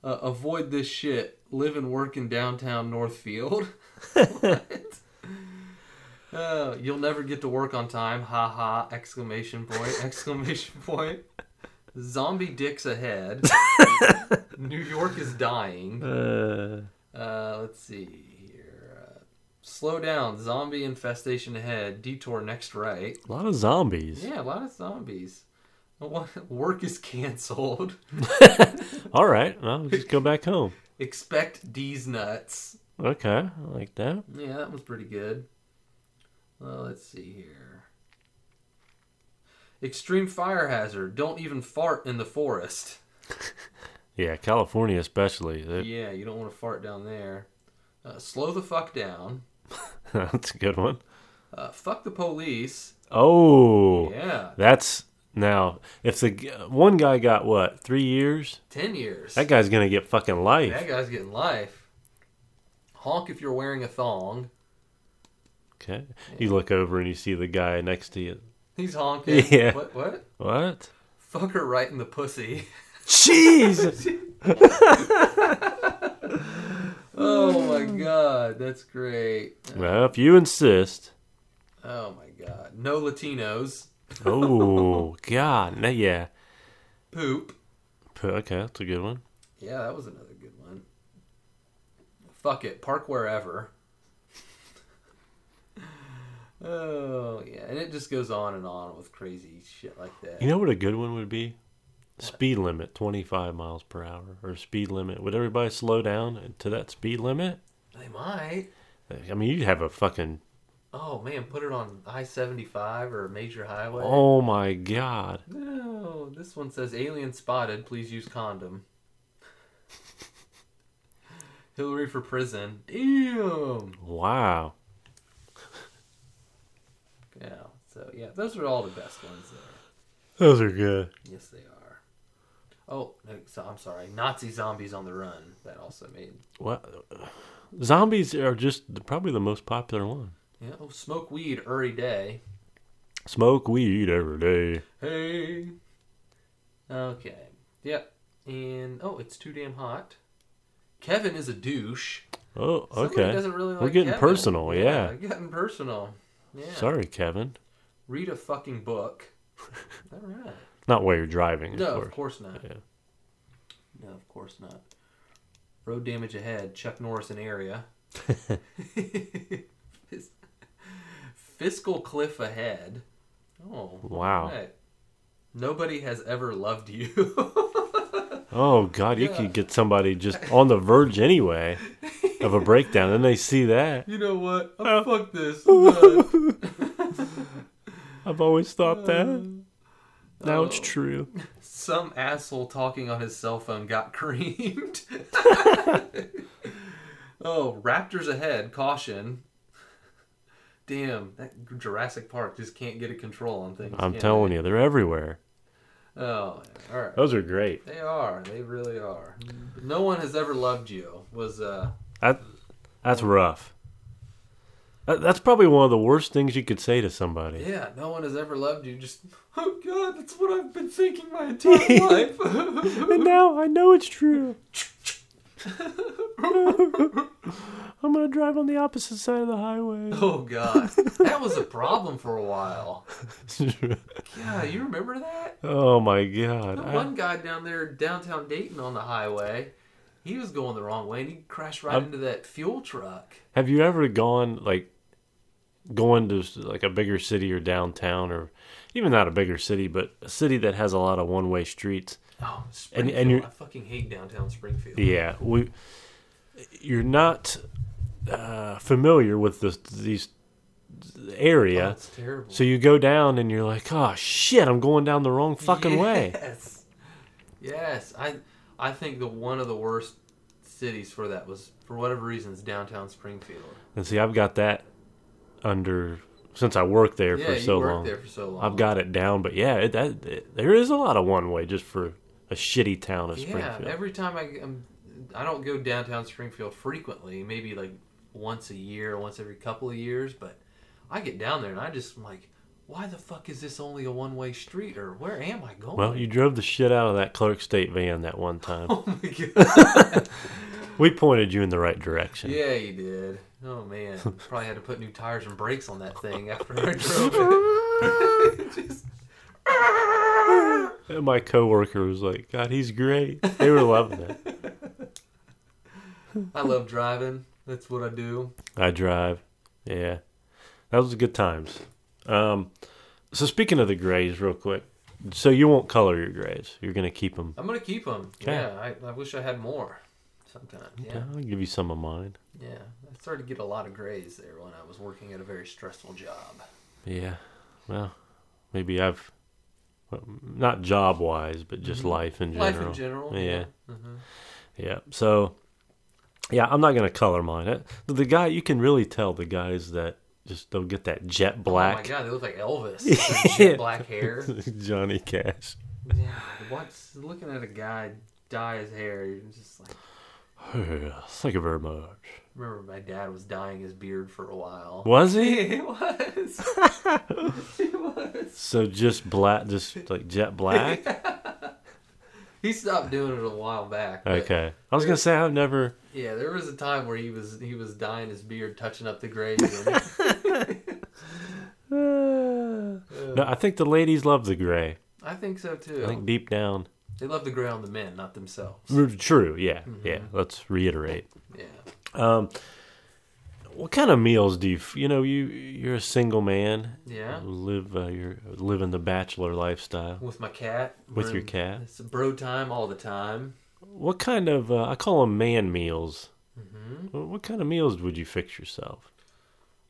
Uh, avoid this shit. Live and work in downtown Northfield. <laughs> what? Uh, you'll never get to work on time. Ha ha! Exclamation point! <laughs> Exclamation point! Zombie dicks ahead. New York is dying. Uh, Uh, let's see here. Uh, slow down. Zombie infestation ahead. Detour next right. a lot of zombies. Yeah, a lot of zombies. What- Work is canceled. All right, well, just go back home. Expect D's nuts. Okay, I like that. Yeah, that was pretty good. Well, let's see here. Extreme fire hazard. Don't even fart in the forest. Yeah, California especially. they- Yeah, you don't want to fart down there. Uh, slow the fuck down. <laughs> That's a good one. Uh, fuck the police. Oh, Yeah, that's now. If the g- one guy got what three years, ten years. that guy's gonna get fucking life. That guy's getting life. Honk if you're wearing a thong. Okay, you look over and you see the guy next to you. He's honking. <laughs> Yeah. What? What? What? Fuck her right in the pussy. <laughs> Jesus. Oh my Mm. god, that's great. <laughs> well, if you insist. Oh my god. No Latinos. Oh God, no, yeah. Poop. P- Okay, that's a good one. Yeah, that was another good one. Fuck it, park wherever. <laughs> oh yeah, and it just goes on and on with crazy shit like that. You know what a good one would be? Speed limit, twenty-five miles per hour, or speed limit. Would everybody slow down to that speed limit? They might. I mean, you'd have a fucking. Oh man, put it on I seventy five or a major highway. Oh my God. No, this one says alien spotted. Please use condom. <laughs> Hillary for prison. Damn. Wow. Yeah. So yeah, those are all the best ones there. Those are good. Yes, they are. Oh, no, so I'm sorry. Nazi zombies on the run. That also made. What? Zombies are just the- probably the most popular one. Yeah. Oh, smoke weed every day. Smoke weed every day. Hey. Okay. Yep. And oh, it's too damn hot. Kevin is a douche. Oh, Somebody okay. doesn't really We're like getting Kevin. personal, yeah. Getting personal. Yeah. Sorry, Kevin. Read a fucking <laughs> book. All right. Not while you're driving, of No, course. of course not. Yeah. No, of course not. Road damage ahead. Chuck Norris <laughs> in area. Fis- Fiscal cliff ahead. Oh. Wow. alright. Nobody has ever loved you. <laughs> Oh God, you Yeah. could get somebody just on the verge anyway of a breakdown, and they see that. you know what? Oh, <laughs> fuck this. I'm done. I've always thought that. <laughs> Now it's Oh. true. <laughs> Some asshole talking on his cell phone got <laughs> creamed. oh, Raptors ahead, caution. Damn, that Jurassic Park just can't get a control on things. I'm telling you, they're everywhere. you. Oh, all right. Those are great. They are. They really are. No one has ever loved you. Was uh That, that's rough. That, that's probably one of the worst things you could say to somebody. yeah, no one has ever loved you. Just oh god, that's what I've been thinking <laughs> my entire life. <laughs> And now I know it's true. I'm gonna drive on the opposite side of the highway. oh god, that was a problem for a while. Yeah, you remember that? oh my God! The I- one guy down there downtown Dayton on the highway, he was going the wrong way and he crashed right I'm- into that fuel truck. Have you ever gone like going to like a bigger city or downtown or even not a bigger city, but a city that has a lot of one way streets? Oh, And- and Springfield! you're- I fucking hate downtown Springfield. Yeah, we you're not uh, familiar with this these the Oh, area, it's terrible. so you go down and you're like, oh shit, I'm going down the wrong fucking <laughs> way. Yes, yes. I I think the one of the worst cities for that was for whatever reasons downtown Springfield. And see, I've got that under since I worked there yeah, for you so worked long. there for so long. I've got it down, but yeah, it, that, it- there is a lot of one way just for a shitty town of yeah. Springfield. Every time I, am I don't go downtown Springfield frequently. Maybe like once a year, once every couple of years. But I get down there and I just am like, why the fuck is this only a one way street? Or where am I going? <laughs> Well, you drove the shit out of that Clark State van that one time. oh my <laughs> god. We pointed you in the right direction. yeah, you did. Oh man, probably had to put new tires and brakes on that thing <laughs> after I <laughs> <laughs> drove it. Just- And <laughs> my coworker was like, "God, he's great." They were loving it. I love driving. That's what I do. I drive. Yeah, that was good times. Um, so speaking of the grays, real quick. So you won't color your grays. You're gonna keep them. I'm gonna keep them. Okay. Yeah, I, I wish I had more. Sometimes, yeah, I'll give you some of mine. yeah. I started to get a lot of grays there when I was working at a very stressful job. Yeah. Well, maybe I've well, not job wise, but just Mhm. life in general. Life in general. Yeah. hmm Yeah. So, yeah, I'm not gonna color mine. It- The guy you can really tell the guys that just they'll get that jet Oh my black god, they look <laughs> like Elvis. With shit black hair. Johnny Cash. Yeah. What's looking at a guy dye his hair? You're just like. <sighs> Thank you very much. Remember, my dad was dyeing his beard for a while. <laughs> Was he? <laughs> It was. it was. So just black, just like jet <laughs> black. He stopped doing it a while back. but- Okay. I was gonna say I've never. <sighs> Yeah, there was a time where he was he was dyeing his beard, touching up <laughs> the grays. and- no, I think the ladies love the gray. I think so too. I think deep down. Mm, They love the gray on the men, not themselves. True. Yeah. Yeah. Let's reiterate. Yeah. Um, what kind of meals do you? f- You know, you you're a single man. Yeah. Live uh, you're living the bachelor lifestyle. With my cat. With we're your in- cat? It's bro time all the time. What kind of uh, I call them man meals. hmm Wh- What kind of meals would you fix yourself?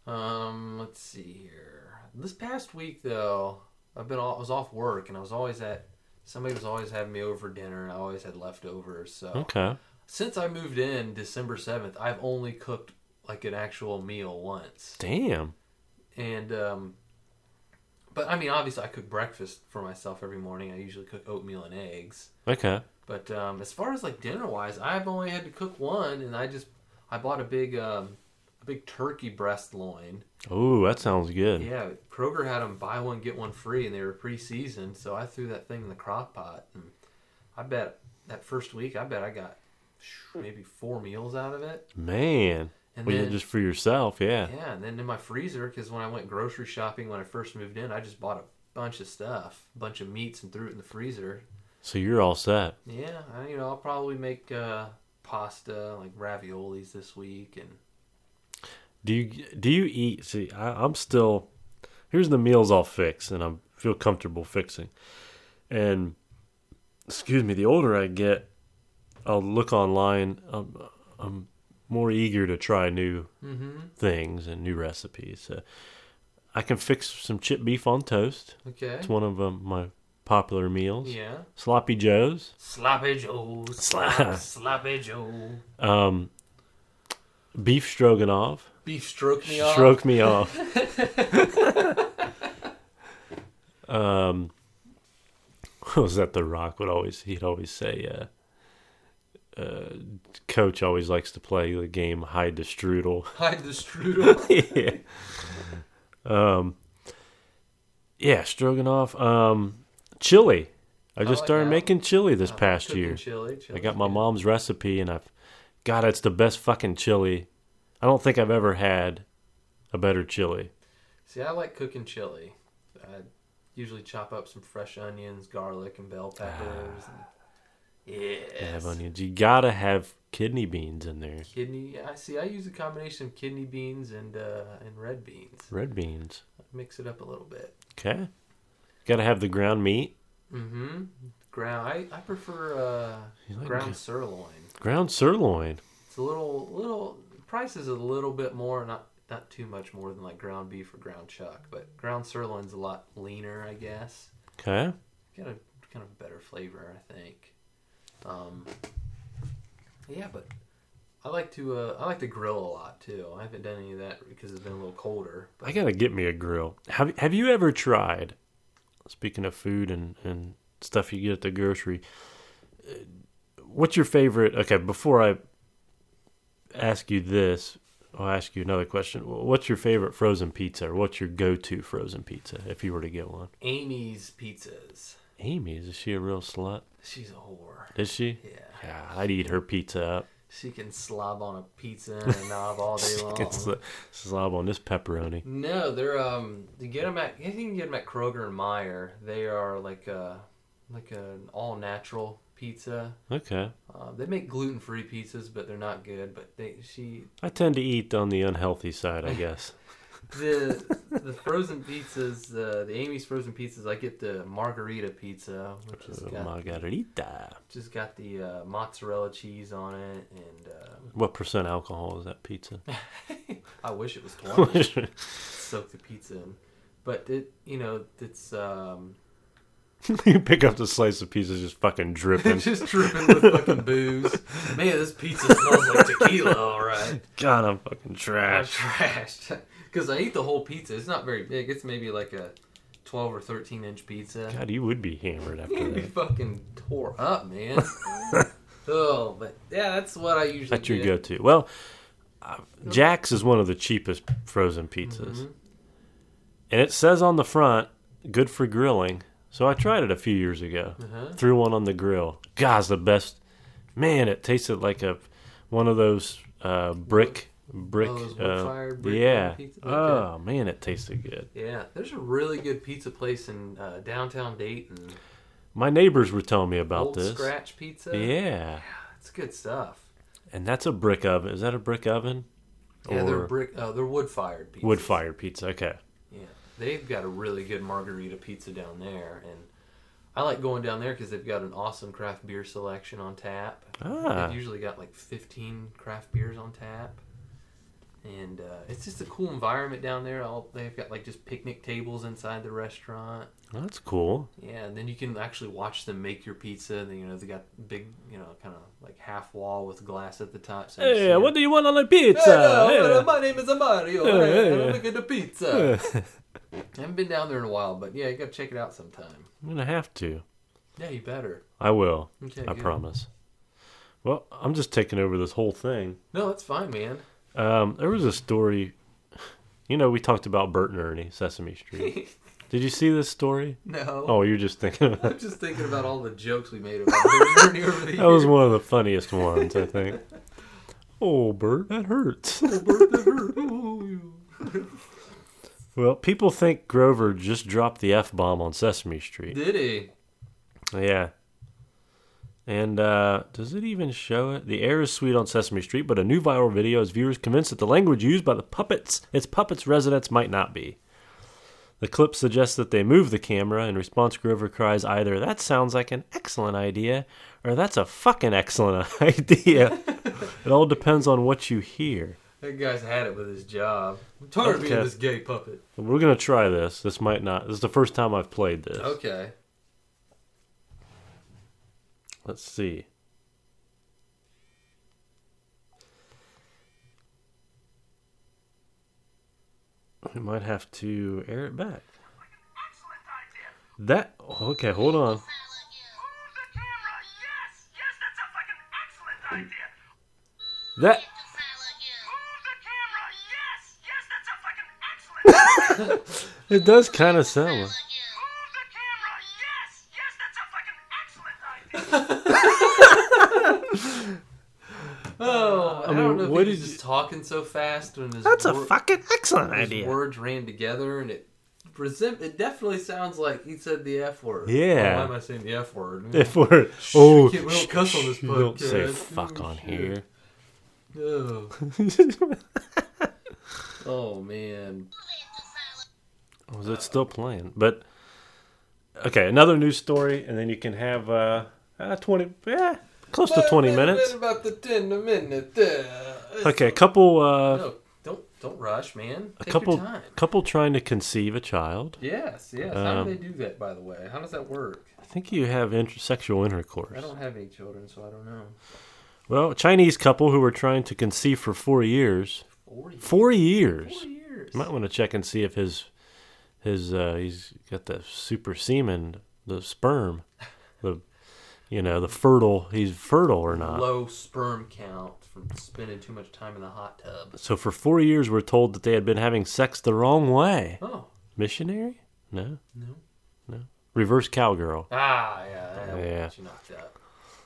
Um, let's see here. This past week though, I've been all, I was off work and I was always at somebody was always having me over for dinner and I always had leftovers. So Okay. since I moved in December seventh, I've only cooked like an actual meal once. Damn. and um but i mean obviously i cook breakfast for myself every morning i usually cook oatmeal and eggs Okay. but um as far as like dinner wise i've only had to cook one and i just i bought a big um a big turkey breast loin Oh, that sounds good. yeah kroger had them buy one get one free and they were pre-seasoned so i threw that thing in the crock pot and i bet that first week i bet i got maybe four meals out of it Man. and well, yeah, then just for yourself, yeah. Yeah, and then in my freezer, because when I went grocery shopping when I first moved in, I just bought a bunch of stuff, a bunch of meats, and threw it in the freezer. So you're all set. Yeah, I, you know, I'll probably make uh, pasta, like raviolis this week, and Do you do you eat? See, I, I'm still. Here's the meals I'll fix, and I feel comfortable fixing. And excuse me, the older I get, I'll look online. I'm, I'm more eager to try new mm-hmm. things and new recipes. So I can fix some chip beef on toast. okay, It's one of um, my popular meals. yeah, Sloppy Joe's. sloppy Joe, slap, sloppy Joe, Um, beef stroganoff. beef stroke me <laughs> off. Stroke me <laughs> off. um, <laughs> what was that? The Rock would always he'd always say, uh, uh, "Coach always likes to play the game hide the strudel." <laughs> hide the strudel. yeah. Um. Yeah, stroganoff. Um, chili. I just like started that. making chili this Uh, past Oh, cooking year. chili, chili. I got my mom's recipe, and I've God, it's the best fucking chili. I don't think I've ever had a better chili. See, I like cooking chili. I usually chop up some fresh onions, garlic, and bell peppers. and... to Yes. Ah. Have onions. You gotta have kidney beans in there. Kidney. I see. I use a combination of kidney beans and uh, and red beans. Red beans. Mix it up a little bit. Okay. Gotta have the ground meat. Mm-hmm. Ground. I, I prefer uh, You like ground gr- sirloin. ground sirloin. It's a little little. Price is a little bit more. Not not too much more than like ground beef or ground chuck, but ground sirloin's a lot leaner, I guess. Okay. Got a kind of better flavor, I think. Um. Yeah, but I like to uh, I like to grill a lot too. I haven't done any of that because it's been a little colder. But I gotta get me a grill. Have Have you ever tried? Speaking of food and and stuff you get at the grocery, uh, what's your favorite? Okay, before I ask you this, I'll ask you another question. What's your favorite frozen pizza, or what's your go-to frozen pizza if you were to get one? Amy's pizzas. Amy, is she a real slut? She's a whore. Is she? Yeah. Yeah, I'd eat her pizza up. <laughs> She can slob on a pizza and a knob all day long. It's the- slob on this pepperoni. No, they're um. You get them at you can get them at Kroger and Meyer. They are like a like an all natural pizza. Okay. Uh, they make gluten free pizzas, but they're not good. But they she I tend to eat on the unhealthy side, I guess. the the frozen pizzas uh, the Amy's frozen pizzas. I get the margarita pizza, which has Uh, got margarita. just got the uh, mozzarella cheese on it, and What percent alcohol is that <laughs> pizza? <laughs> uh, I wish it was twenty. soak the pizza in. But it, you know, it's um, you pick up the slice of pizza, just fucking dripping. it's <laughs> just dripping with fucking booze. Man, this pizza smells like tequila. All right, God, I'm fucking I'm trash. <laughs> trashed because I eat the whole pizza. It's not very big. It's maybe like a twelve or thirteen inch pizza. God, you would be hammered after You'd be <laughs> that. fucking tore <laughs> up, man. oh, but yeah, that's what I usually. That's your get. go-to. Well, uh, Jack's is one of the cheapest frozen pizzas, Mhm. and it says on the front, "Good for grilling." So I tried it a few years ago. Uh-huh. Threw one on the grill. God's the best. Man, it tasted like a one of those uh, brick brick. Oh, those uh, wood-fired brick yeah. pizza? Oh man, it tasted good. Yeah, there's a really good pizza place in uh, downtown Dayton. My neighbors were telling me about Old this. Scratch Pizza. Yeah, it's good stuff. and that's a brick oven. Is that a brick oven? Yeah, they're or brick. Uh, they're wood fired pizza. wood fired pizza? Okay. Yeah, they've got a really good margarita pizza down there, and I like going down there because they've got an awesome craft beer selection on tap. Ah. They've usually got like fifteen craft beers on tap, and uh, it's just a cool environment down there. All they've got like just picnic tables inside the restaurant. That's cool. Yeah, and then you can actually watch them make your pizza. And, you know, they got big, you know, kind of like half wall with glass at the top. So you see uh, Hey, them. what do you want on a pizza? Hello, Yeah. my name is Mario. Yeah, yeah, and yeah. I'm looking at the pizza. I haven't been down there in a while, but yeah, you gotta check it out sometime. <laughs> I'm gonna have to. Yeah, you better. I will. Okay, I good. promise. Well, I'm just taking over this whole thing. No, that's fine, man. Um, there was a story. You know, we talked about Bert and Ernie, Sesame Street. <laughs> Did you see this story? no, Oh, you're just thinking. Of <laughs> I'm just thinking about all the jokes we made about <laughs> Bernie over the That was years. one of the funniest ones, I think. <laughs> Oh, Bert, that hurts. <laughs> well, people think Grover just dropped the F bomb on Sesame Street. <laughs> Did he? Yeah. And uh, does it even show it? The air is sweet on Sesame Street, but a new viral video has viewers convinced that the language used by the puppets, its puppets' residents, might not be. The clip suggests that they move the camera. In response, Grover cries either, That sounds like an excellent idea, or That's a fucking excellent <laughs> idea. it all depends on what you hear. That guy's had it with his job. I'm tired of being Okay. this gay puppet. We're going to try this. This might not. This is the first time I've played this. Okay. Let's see. We might have to air it back. Excellent idea. That okay, hold on. Move the camera. Yes, yes, that's a fucking excellent idea. That Move the camera. Yes, yes, that's a fucking excellent idea. it does kind of sound like Move the camera. Yes, yes, that's a fucking excellent idea. Oh, I, I don't mean, know if what he was did just you- talking so fast when his That's a wor- fucking excellent his idea. words ran together and it present it definitely sounds like he said the F word. Yeah. Oh, why am I saying the F word? <laughs> If we're oh, we don't cuss on this you don't say podcast. fuck on Shit. here. <laughs> Oh. oh man. Was Oh, it still playing? But okay, another news story, and then you can have uh, uh twenty, yeah, close to twenty Wait, wait, wait, minutes. About the ten minute. uh, Okay, a couple uh, No, don't don't rush, man. a Take couple your time. couple trying to conceive a child. Yes, yes. How Um, do they do that, by the way? How does that work? I think you have inter- sexual I intercourse. don't have any children, so I don't know. Well, a Chinese couple who were trying to conceive for four years. Four years. Four years. Four years. You might want to check and see if his his uh, he's got the super semen, the sperm, the you know, the fertile, he's fertile or not. Low sperm count from spending too much time in the hot tub. So for four years, we're told that they had been having sex the wrong way. Oh, Missionary? No. No. No. Reverse cowgirl. ah, yeah, that one Yeah. got you knocked out.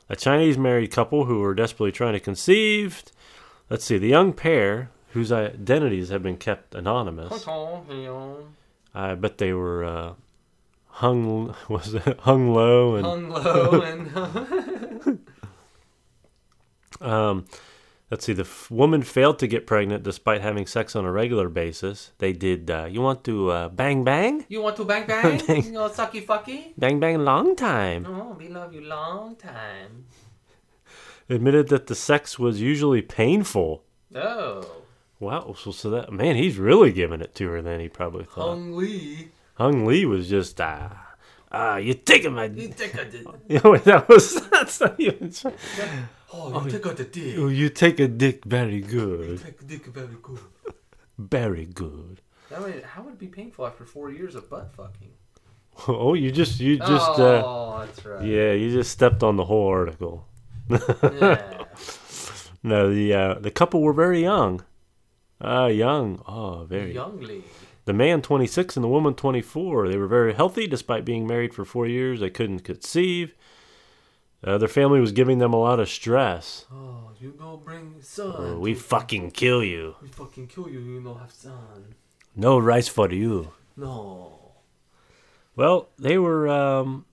A Chinese married couple who were desperately trying to conceive. Let's see, the young pair, whose identities have been kept anonymous. Hung I bet they were uh, hung <laughs> was it hung low and <laughs> low and <laughs> Um, let's see. The f- woman failed to get pregnant despite having sex on a regular basis. They did. Uh, you want to uh, bang bang, you want to bang <laughs> bang? you know, sucky fucky? bang bang, long time. No, we love you long time. Admitted that the sex was usually painful. Oh, Wow. So, so that man, he's really giving it to her. Then he probably thought Hung Lee. Hung Lee was just ah. Ah, you taking my? You take a <laughs> dick. <laughs> You know, that was that's not even. Oh, you take out the dick. Oh, you take a dick very good, Take a dick very good. very good. That would, how would it be painful after four years of butt fucking? <laughs> Oh, you just you just uh, oh, that's right. yeah, you just stepped on the whole article. <laughs> Yeah. No, the uh, the couple were very young. Uh, young. Oh, very. Young Lee. The man 26 and the woman 24. They were very healthy despite being married for four years. They couldn't conceive. Uh, their family was giving them a lot of stress. Oh, you go bring son. Uh, we fucking kill you. we fucking kill you. You don't have son. No rice for you. No. Well, they were. Um,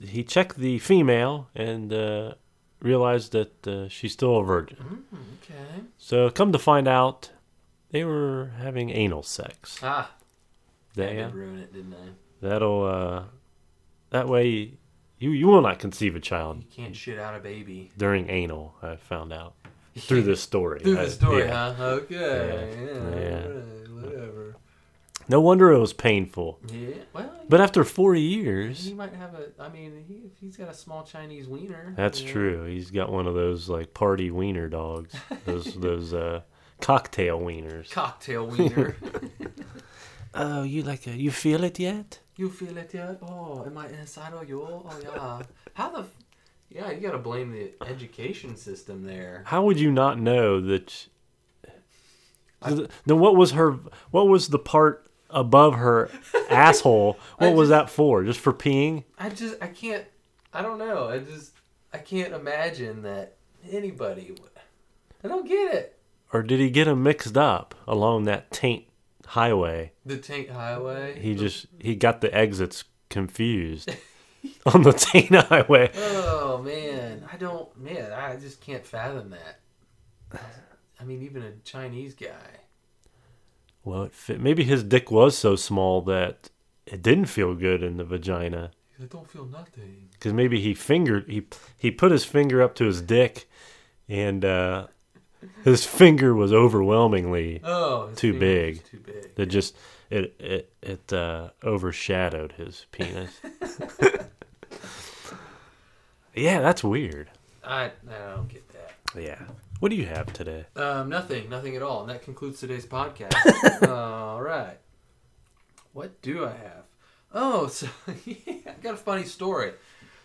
he checked the female and uh, realized that uh, she's still a virgin. Hmm, Okay. So, come to find out, they were having anal sex. Ah, I They, uh, did ruin it, didn't I? That'll uh that way you you will not conceive a child You can't shit out a baby. during anal, I found out. <laughs> Through this story. <laughs> Through I- the story, yeah. huh? Okay. Yeah. Yeah. alright, whatever. No wonder it was painful. Yeah. Well, But after four he years might have a. I mean, he, if he's got a small Chinese wiener. That's you know. true. He's got one of those like party wiener dogs. <laughs> Those those uh cocktail wieners. <laughs> Cocktail wiener. Oh, you like a, you feel it yet? you feel it yet? Oh, am I inside of you? Oh yeah. How the? f- Yeah, you gotta blame the education system there. How would you not know that then what was her what was the part above <laughs> her asshole? What I was just- that for? Just for peeing? I just I can't I don't know. I just I can't imagine that anybody would I don't get it. or did he get him mixed up along that taint highway? The tank highway. He just he got the exits <laughs> confused on the taint highway. Oh man, I don't man, I just can't fathom that. I mean even a Chinese guy. Well, it fit. maybe his dick was so small that it didn't feel good in the vagina I don't feel nothing. because maybe he fingered he he put his finger up to his dick and uh, his <laughs> finger was overwhelmingly Oh, his Too finger's big. Too big. it just it it it uh, overshadowed his penis. <laughs> yeah, that's weird. I I don't get that. Yeah. What do you have today? Um, nothing, nothing at all. And that concludes <laughs> today's podcast. all right. What do I have? Oh, <laughs> so yeah, I got a funny story.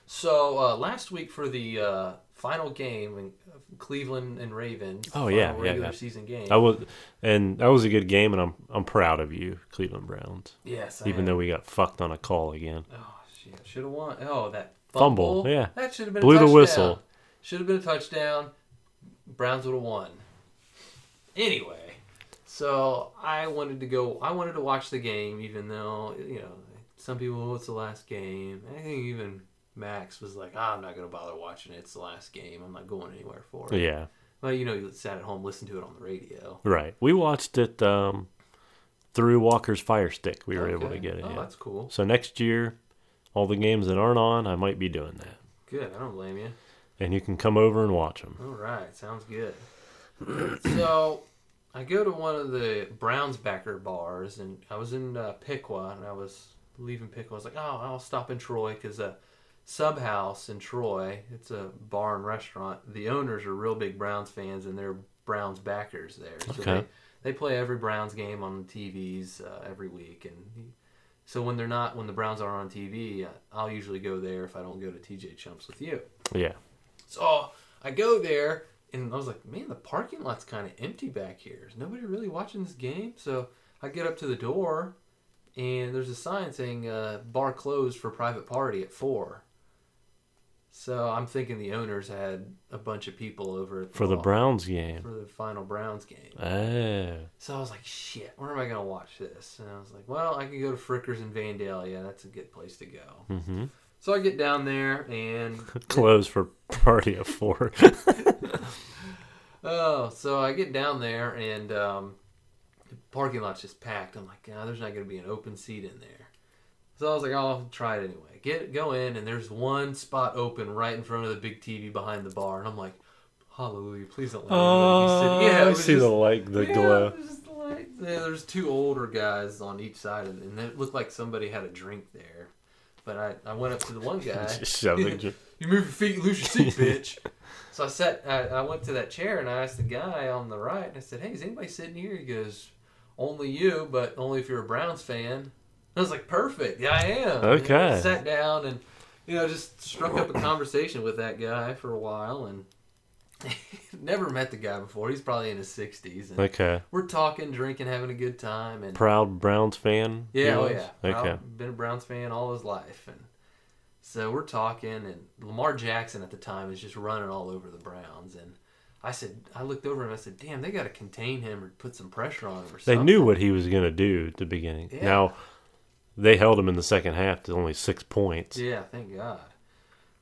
So uh, last week for the uh, final game, in uh, Cleveland and Ravens. Oh, final yeah, yeah, regular yeah. season game. I was, and that was a good game, and I'm I'm proud of you, Cleveland Browns. yes, Even though we got fucked on a call again, oh shit, should have won. Oh, that Fumble, fumble. yeah. that should have been Blew the a touchdown. whistle. Should have been a touchdown. Browns would have won. Anyway, so I wanted to go. I wanted to watch the game, even though you know some people. It's the last game. I think even Max was like, "Ah, "I'm not gonna bother watching it. It's the last game. I'm not going anywhere for it." yeah, Well, you know, you sat at home, listened to it on the radio. right. We watched it um, through Walker's Fire Stick. We were able to Okay. get it. Oh, yeah. that's cool. So next year, all the games that aren't on, I might be doing that, Good. I don't blame you. and you can come over and watch them. All right, sounds good. so, I go to one of the Browns backer bars, and I was in uh, Piqua, and I was leaving Piqua. I was like, oh, I'll stop in Troy because a sub house in Troy, it's a bar and restaurant. The owners are real big Browns fans, and they're Browns backers there. So Okay. They, they play every Browns game on the TVs uh, every week, and So when they're not, when the Browns are on TV, I'll usually go there if I don't go to TJ Chumps with you. Yeah. So I go there, and I was like, man, the parking lot's kind of empty back here. Is nobody really watching this game? So I get up to the door, and there's a sign saying uh, "Bar closed for private party at 4. So I'm thinking the owners had a bunch of people over at For the bar Browns game. for the final Browns game. Oh. So I was like, shit, where am I gonna watch this? And I was like, well, I can go to Frickers in Vandalia. That's a good place to go. Mm-hmm. So I get down there and Close for party of <laughs> four. Oh, so I get down there and um, the parking lot's just packed. I'm like, nah, there's not going to be an open seat in there. So I was like, I'll try it anyway. Get go in and there's one spot open right in front of the big TV behind the bar, and I'm like, hallelujah, please don't let anybody be sitting. it Oh, I was see the Oh. just- light, the yeah, glow. it was just the light. Yeah, there's two older guys on each side of it, and it looked like somebody had a drink there. But I, I went up to the one guy. <laughs> Just <laughs> shoving <laughs> you. You move your feet, lose your seat, bitch. so I sat. I, I went to that chair and I asked the guy on the right, and I said, "Hey, is anybody sitting here?" He goes, "Only you, but only if you're a Browns fan." I was like, "Perfect, yeah, I am." Okay. And I sat down and you know just struck up a conversation with that guy for a while, and <laughs> never met the guy before. He's probably in his sixties, and Okay. we're talking, drinking, having a good time, and Proud Browns fan? he yeah, oh was? yeah. Okay. I've been a Browns fan all his life, and so we're talking, and Lamar Jackson at the time is just running all over the Browns, and I said, I looked over and I said, damn, they got to contain him or put some pressure on him or They something. knew what he was going to do at the beginning. Yeah. Now, they held him in the second half to only six points. Yeah, thank God.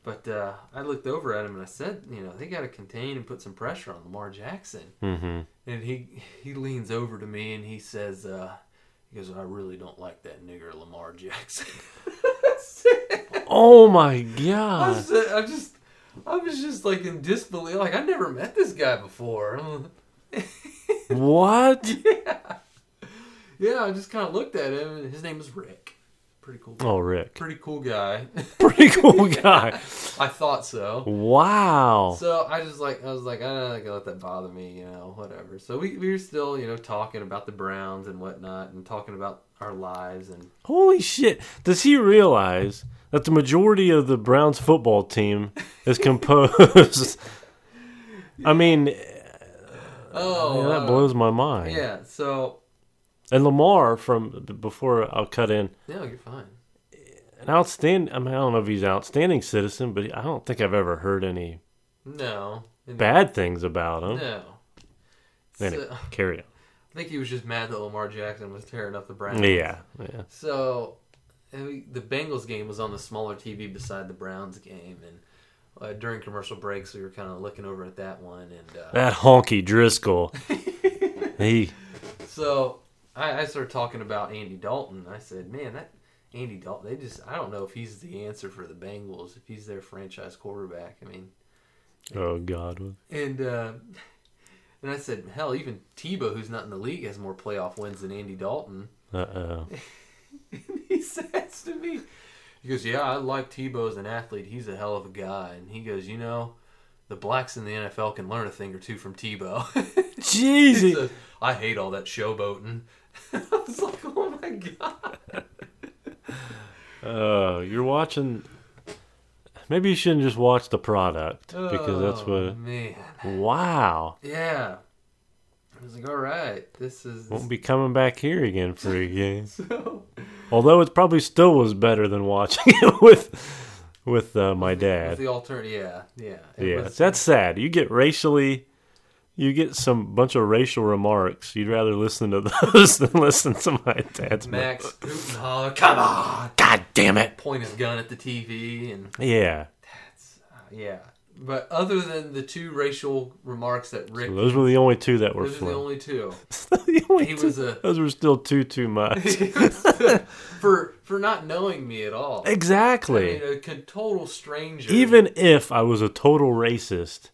But uh, I looked over at him and I said, you know, they got to contain and put some pressure on Lamar Jackson. Mm-hmm. And he he leans over to me and he says, uh, he goes, I really don't like that nigger Lamar Jackson. <laughs> I said- Oh my I god! <laughs> was, I just, I was just like in disbelief. Like I never met this guy before. <laughs> What? yeah, I just kind of looked at him. and His name is Rick. Pretty cool. Oh, Rick, <laughs> Pretty cool guy. <laughs> pretty cool guy. I thought so. Wow. So I just like I was like I'm not gonna let that bother me, you know, whatever. So we, we were still you know talking about the Browns and whatnot, and talking about our lives and Holy shit! Does he realize that the majority of the Browns football team is composed? <laughs> I mean, oh yeah, that uh, blows my mind. yeah. So And Lamar from before I'll cut in no, you're fine. an outstanding. I mean, I don't know if he's an outstanding citizen, but I don't think I've ever heard any No, And- bad things about him. No. Anyway, So- carry I think he was just mad that Lamar Jackson was tearing up the on. Browns. Yeah, yeah. So and we- the Bengals game was on the smaller TV beside the Browns game, and uh, during commercial breaks, we were kind of looking over at that <laughs> one. And That honky <laughs> Driscoll. he uh, so I, I started talking about Andy Dalton. I said, "Man, that Andy Dalton. They just I don't know if he's the answer for the Bengals. If he's their franchise quarterback. I mean, Oh God. And uh, <laughs> and I said, hell, even Tebow, who's not in the league, has more playoff wins than Andy Dalton. Uh oh. And he says to me, he goes, yeah, I like Tebow as an athlete. He's a hell of a guy. And he goes, you know, the blacks in the NFL can learn a thing or two from Tebow. <laughs> he Jeezy. says, I hate all that showboating. <laughs> I was like, oh my god. Uh, you're watching. Maybe you shouldn't just watch the product because that's Oh, what. man. Wow. Yeah. I was like, all right, this is Won't be coming back here again for a game. <laughs> so. Although it probably still was better than watching <laughs> it with with uh, my <laughs> With dad. the alternative, yeah, yeah, It Yeah, was- that's sad. You get racially, you get some bunch of racial remarks. You'd rather listen to <laughs> those than listen to my dad's. Max hoot and holler, come on! God damn it. Point his gun at the TV, and Yeah. uh, yeah. But other than the two racial remarks that Rick, Those were the only two that were those are the flown. only two. <laughs> The only He two- was a Those were still too too <laughs> much. for for not knowing me at all. I exactly. mean, a con- total stranger. Even if I was a total racist,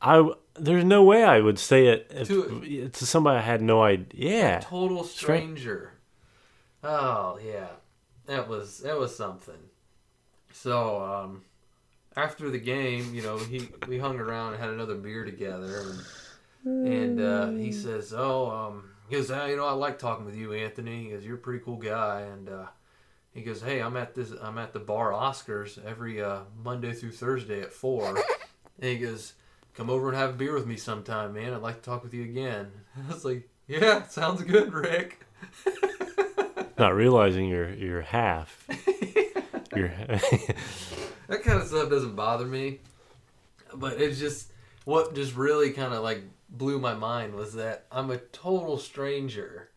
I w- there's no way I would say it if, To- to, somebody I had no idea. Yeah. total stranger. Oh yeah, that was that was something. So um, after the game, you know, he we hung around and had another beer together, and, and uh, he says, "Oh, um, he goes, "Ah, you know, I like talking with you, Anthony. He goes, you're a pretty cool guy, and uh, He goes, "Hey, I'm at this. I'm at the bar Oscars every uh, Monday through Thursday at four. and he goes, "Come over and have a beer with me sometime, man. I'd like to talk with you again." <laughs> I was like, "Yeah, <laughs> sounds good, Rick." <laughs> Not realizing you're you're half. <laughs> you're <laughs> that kind of stuff doesn't bother me but it's just what just really kind of like blew my mind was that i'm a total stranger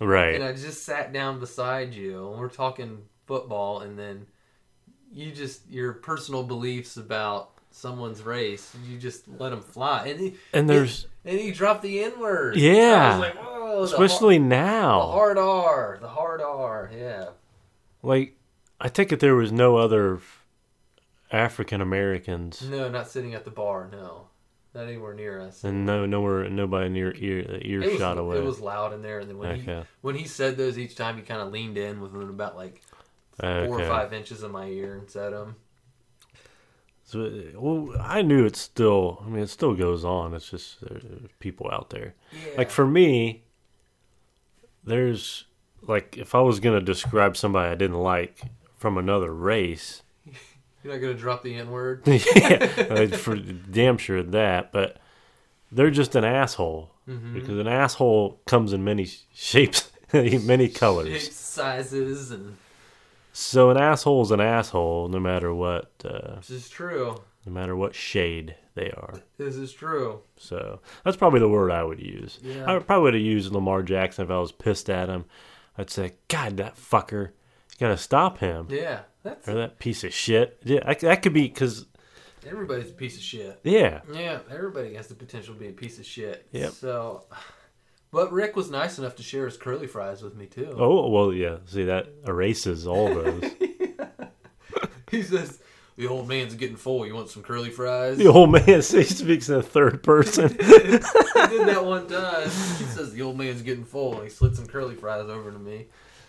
right. and i just sat down beside you and we're talking football and then you just your personal beliefs about someone's race you just let them fly and he, and there's and he dropped the n word Yeah. I was like, Whoa, especially the, now. har- the hard r the hard r yeah Like, I take it there was no other African Americans, no not sitting at the bar no not anywhere near us and no, nowhere, nobody near ear it was, earshot away. It was loud in there, and then when he Okay. when he said those each time, he kind of leaned in within about like four okay. or five inches of my ear and said them. So, well, I knew it's still. I mean, it still goes on. It's just there there's people out there. Yeah. Like for me, there's like if I was gonna describe somebody I didn't like from another race, <laughs> You're not gonna drop the N word. yeah, I- for damn sure that. But they're just an asshole because an asshole comes in many sh- shapes, <laughs> many colors. sizes and So an asshole's an asshole, no matter what, uh, this is true. no matter what shade they are. This is true. So that's probably the word I would use. Yeah. I would probably would have used Lamar Jackson if I was pissed at him. I'd say, God, that fucker, you gotta stop him. Yeah, that's Or that piece of shit. Yeah, I, that could be because everybody's a piece of shit. yeah, Yeah, everybody has the potential to be a piece of shit. Yep. So, but Rick was nice enough to share his curly fries with me too. oh well, yeah. See that erases all those. <laughs> He says, "The old man's getting full. You want some curly <laughs> fries?" <laughs> the old man he speaks in the third person. <laughs> I did that one time. He says the old man's getting full, and he slid some curly fries over to me.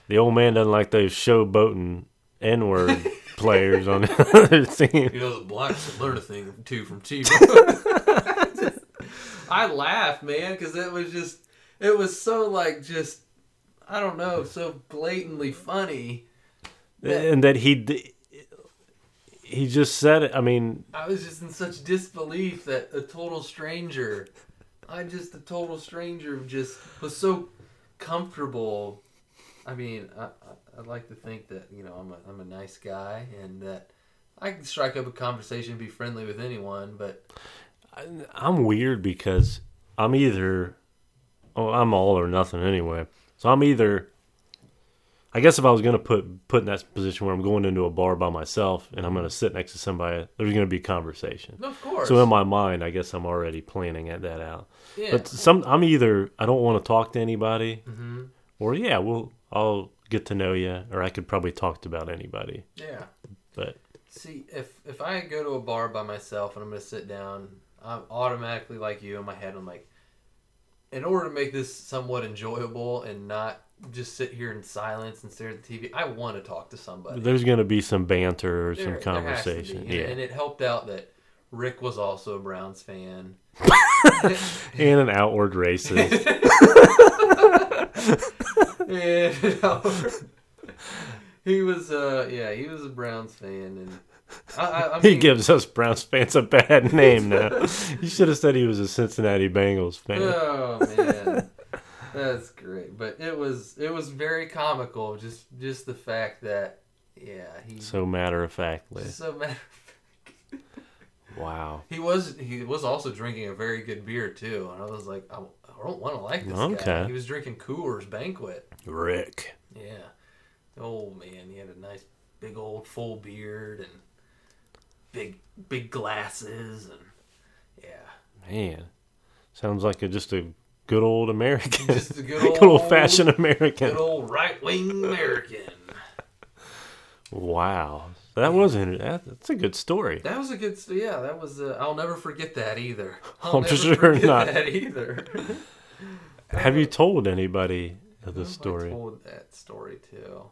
the old man doesn't like those showboating N <laughs> word players on the other team. You know, the blacks can learn a thing or two from Chief. <laughs> I laughed, man, because it was just, it was so like just, I don't know, so blatantly funny. And that he d- he just said it. I mean, I was just in such disbelief that a total stranger, I just a total stranger, just was so comfortable. I mean, I, I, I'd like to think that you know I'm a, I'm a nice guy and that I can strike up a conversation, and be friendly with anyone. But I'm weird because I'm either oh I'm all or nothing anyway. So I'm either I guess if I was gonna put put in that position where I'm going into a bar by myself and I'm gonna sit next to somebody, there's gonna be conversation. no, of course, So in my mind, I guess I'm already planning at that out. yeah, But some I'm either I don't want to talk to anybody, Mm-hmm. or yeah, we'll I'll get to know you, or I could probably talk to about anybody. yeah. But See, if if I go to a bar by myself and I'm gonna sit down, I'm automatically like you in my head. I'm like, in order to make this somewhat enjoyable and not just sit here in silence and stare at the TV, I want to talk to somebody. there's gonna be some banter or There- some there has to be. conversation. And- and it helped out that Rick was also a <laughs> Browns fan. <laughs> yeah, and an outward racist. Yeah, he was, uh, yeah, he was a Browns fan, and I, I, <laughs> I He mean, gives us Browns fans a <laughs> bad name now. you should have said he was a Cincinnati Bengals fan. Oh man, that's great. But it was it was very comical. Just just the fact that yeah he so, <laughs> So matter of factly. matter. of fact- Wow. He was he was also drinking a very good beer too, and I was like I, I don't want to like this guy. Okay. He was drinking Coors Banquet. Rick. Yeah. Oh man, he had a nice big old full beard and big big glasses and yeah. Man. Sounds like a, just a good old American. Just <laughs> a good old- fashioned American. Good old right wing American. Wow. That was inter- that, that's a good story. That was a good. st- Yeah, that was. Uh, I'll never forget that either. <laughs> I'll I'm never sure forget not. that either. Have you told anybody of this <laughs> I story? told that story too.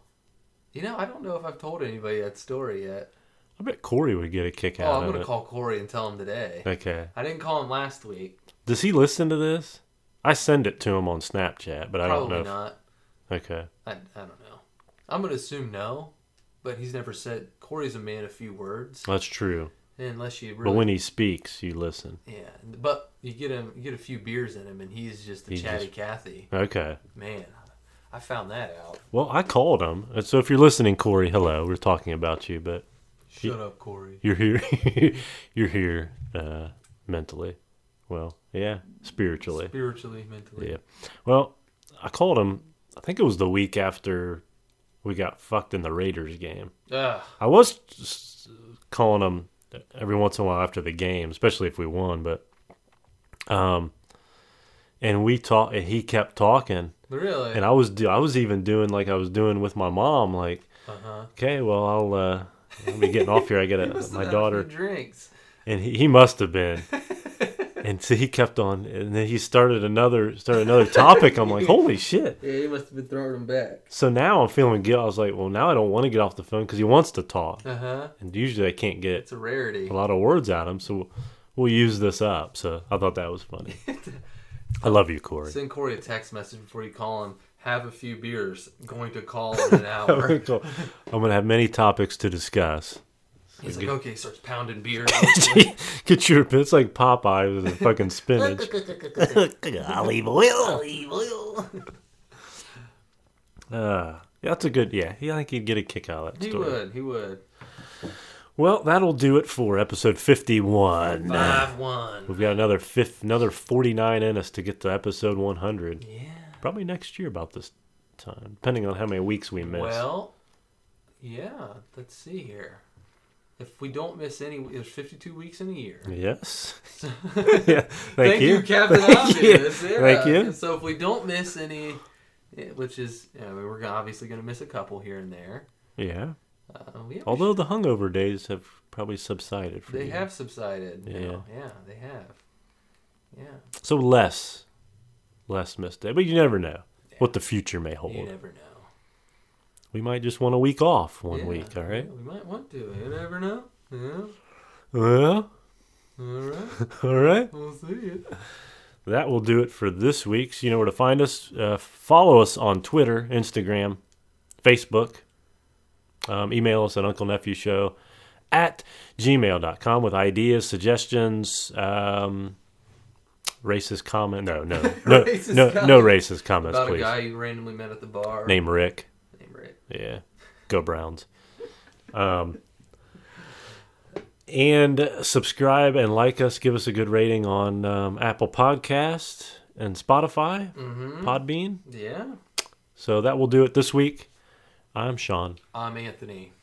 You know, I don't know if I've told anybody that story yet. I bet Corey would get a kick oh, out I'm of gonna it. call Corey and tell him today. Okay. I didn't call him last week. Does he listen to this? I send it to him on Snapchat, but I don't Probably know. if- not. Okay. I, I don't know. I'm gonna assume no. but he's never said Corey's a man of few words, That's true. unless you But really. when he speaks, you listen. yeah, but you get him, you get a few beers in him, and he's just the He's chatty just- Cathy. Okay. Man, I found that out. Well, I called him. And So if you're listening, Corey, hello. We're talking about you, but Shut up, Corey. you're here. <laughs> you're here uh, mentally. Well, yeah, spiritually. Spiritually, mentally. Yeah. Well, I called him. I think it was the week after we got fucked in the Raiders game. Ugh, I was s- calling him every once in a while after the game, especially if we won. But, um, and we talked, and he kept talking, really? and I was do- I was even doing like I was doing with my mom, like, uh huh. okay, well, I'll uh, I'll be getting off here. I got my daughter drinks. and he, he must have been. and so he kept on, and then he started another started another topic. I'm like, holy shit! Yeah, he must have been throwing them back. So now I'm feeling guilt. I was like, well, now I don't want to get off the phone because he wants to talk, Uh huh. and usually I can't get It's a rarity. a lot of words out of him. So we'll use this up. So I thought that was funny. I love you, Corey. Send Corey a text message before you call him. Have a few beers. Going <laughs> to call in an hour. Cool. <laughs> I'm gonna have many topics to discuss. He's like, okay, starts pounding beer. <laughs> Get your it's like Popeye with a fucking <laughs> spinach. Olive <laughs> oil. <laughs> Uh, that's a good. Yeah, I think he'd get a kick out of that he story. would. He would. Well, that'll do it for episode fifty-one. Five one. We've got another fifth, another forty-nine in us to get to episode one hundred. Yeah. Probably next year about this time, depending on how many weeks we miss. Well, yeah. Let's see here. If we don't miss any, there's 52 weeks in a year. <laughs> yes. <laughs> Thank, yeah. Thank, you, Captain Obvious. you. Yeah. Thank you. So if we don't miss any, yeah, which is, you know, we're gonna- obviously going to miss a couple here and there. Yeah. Uh, we have- Although the hungover days have probably subsided for they you. have subsided. Yeah. Yeah. Yeah, they have. Yeah. So less, less missed day, but you never know what the future may hold. You never know. We might just want a week off one Yeah, week. All right. yeah, we might want to. You never know. Yeah. Well, All right. all right. we'll see you. That will do it for this week's. You know where to find us. Uh, follow us on Twitter, Instagram, Facebook. Um, email us at unclenephewshow at gmail.com with ideas, suggestions, um, racist comment. No, no, no, <laughs> Racist no, no comments. racist comments, About a please. guy you randomly met at the bar. Name Rick. Name Rick. Yeah. Go Browns. Um, and subscribe and like us. Give us a good rating on um, Apple Podcast and Spotify, Mm-hmm. Podbean. Yeah. So that will do it this week. I'm Sean. I'm Anthony.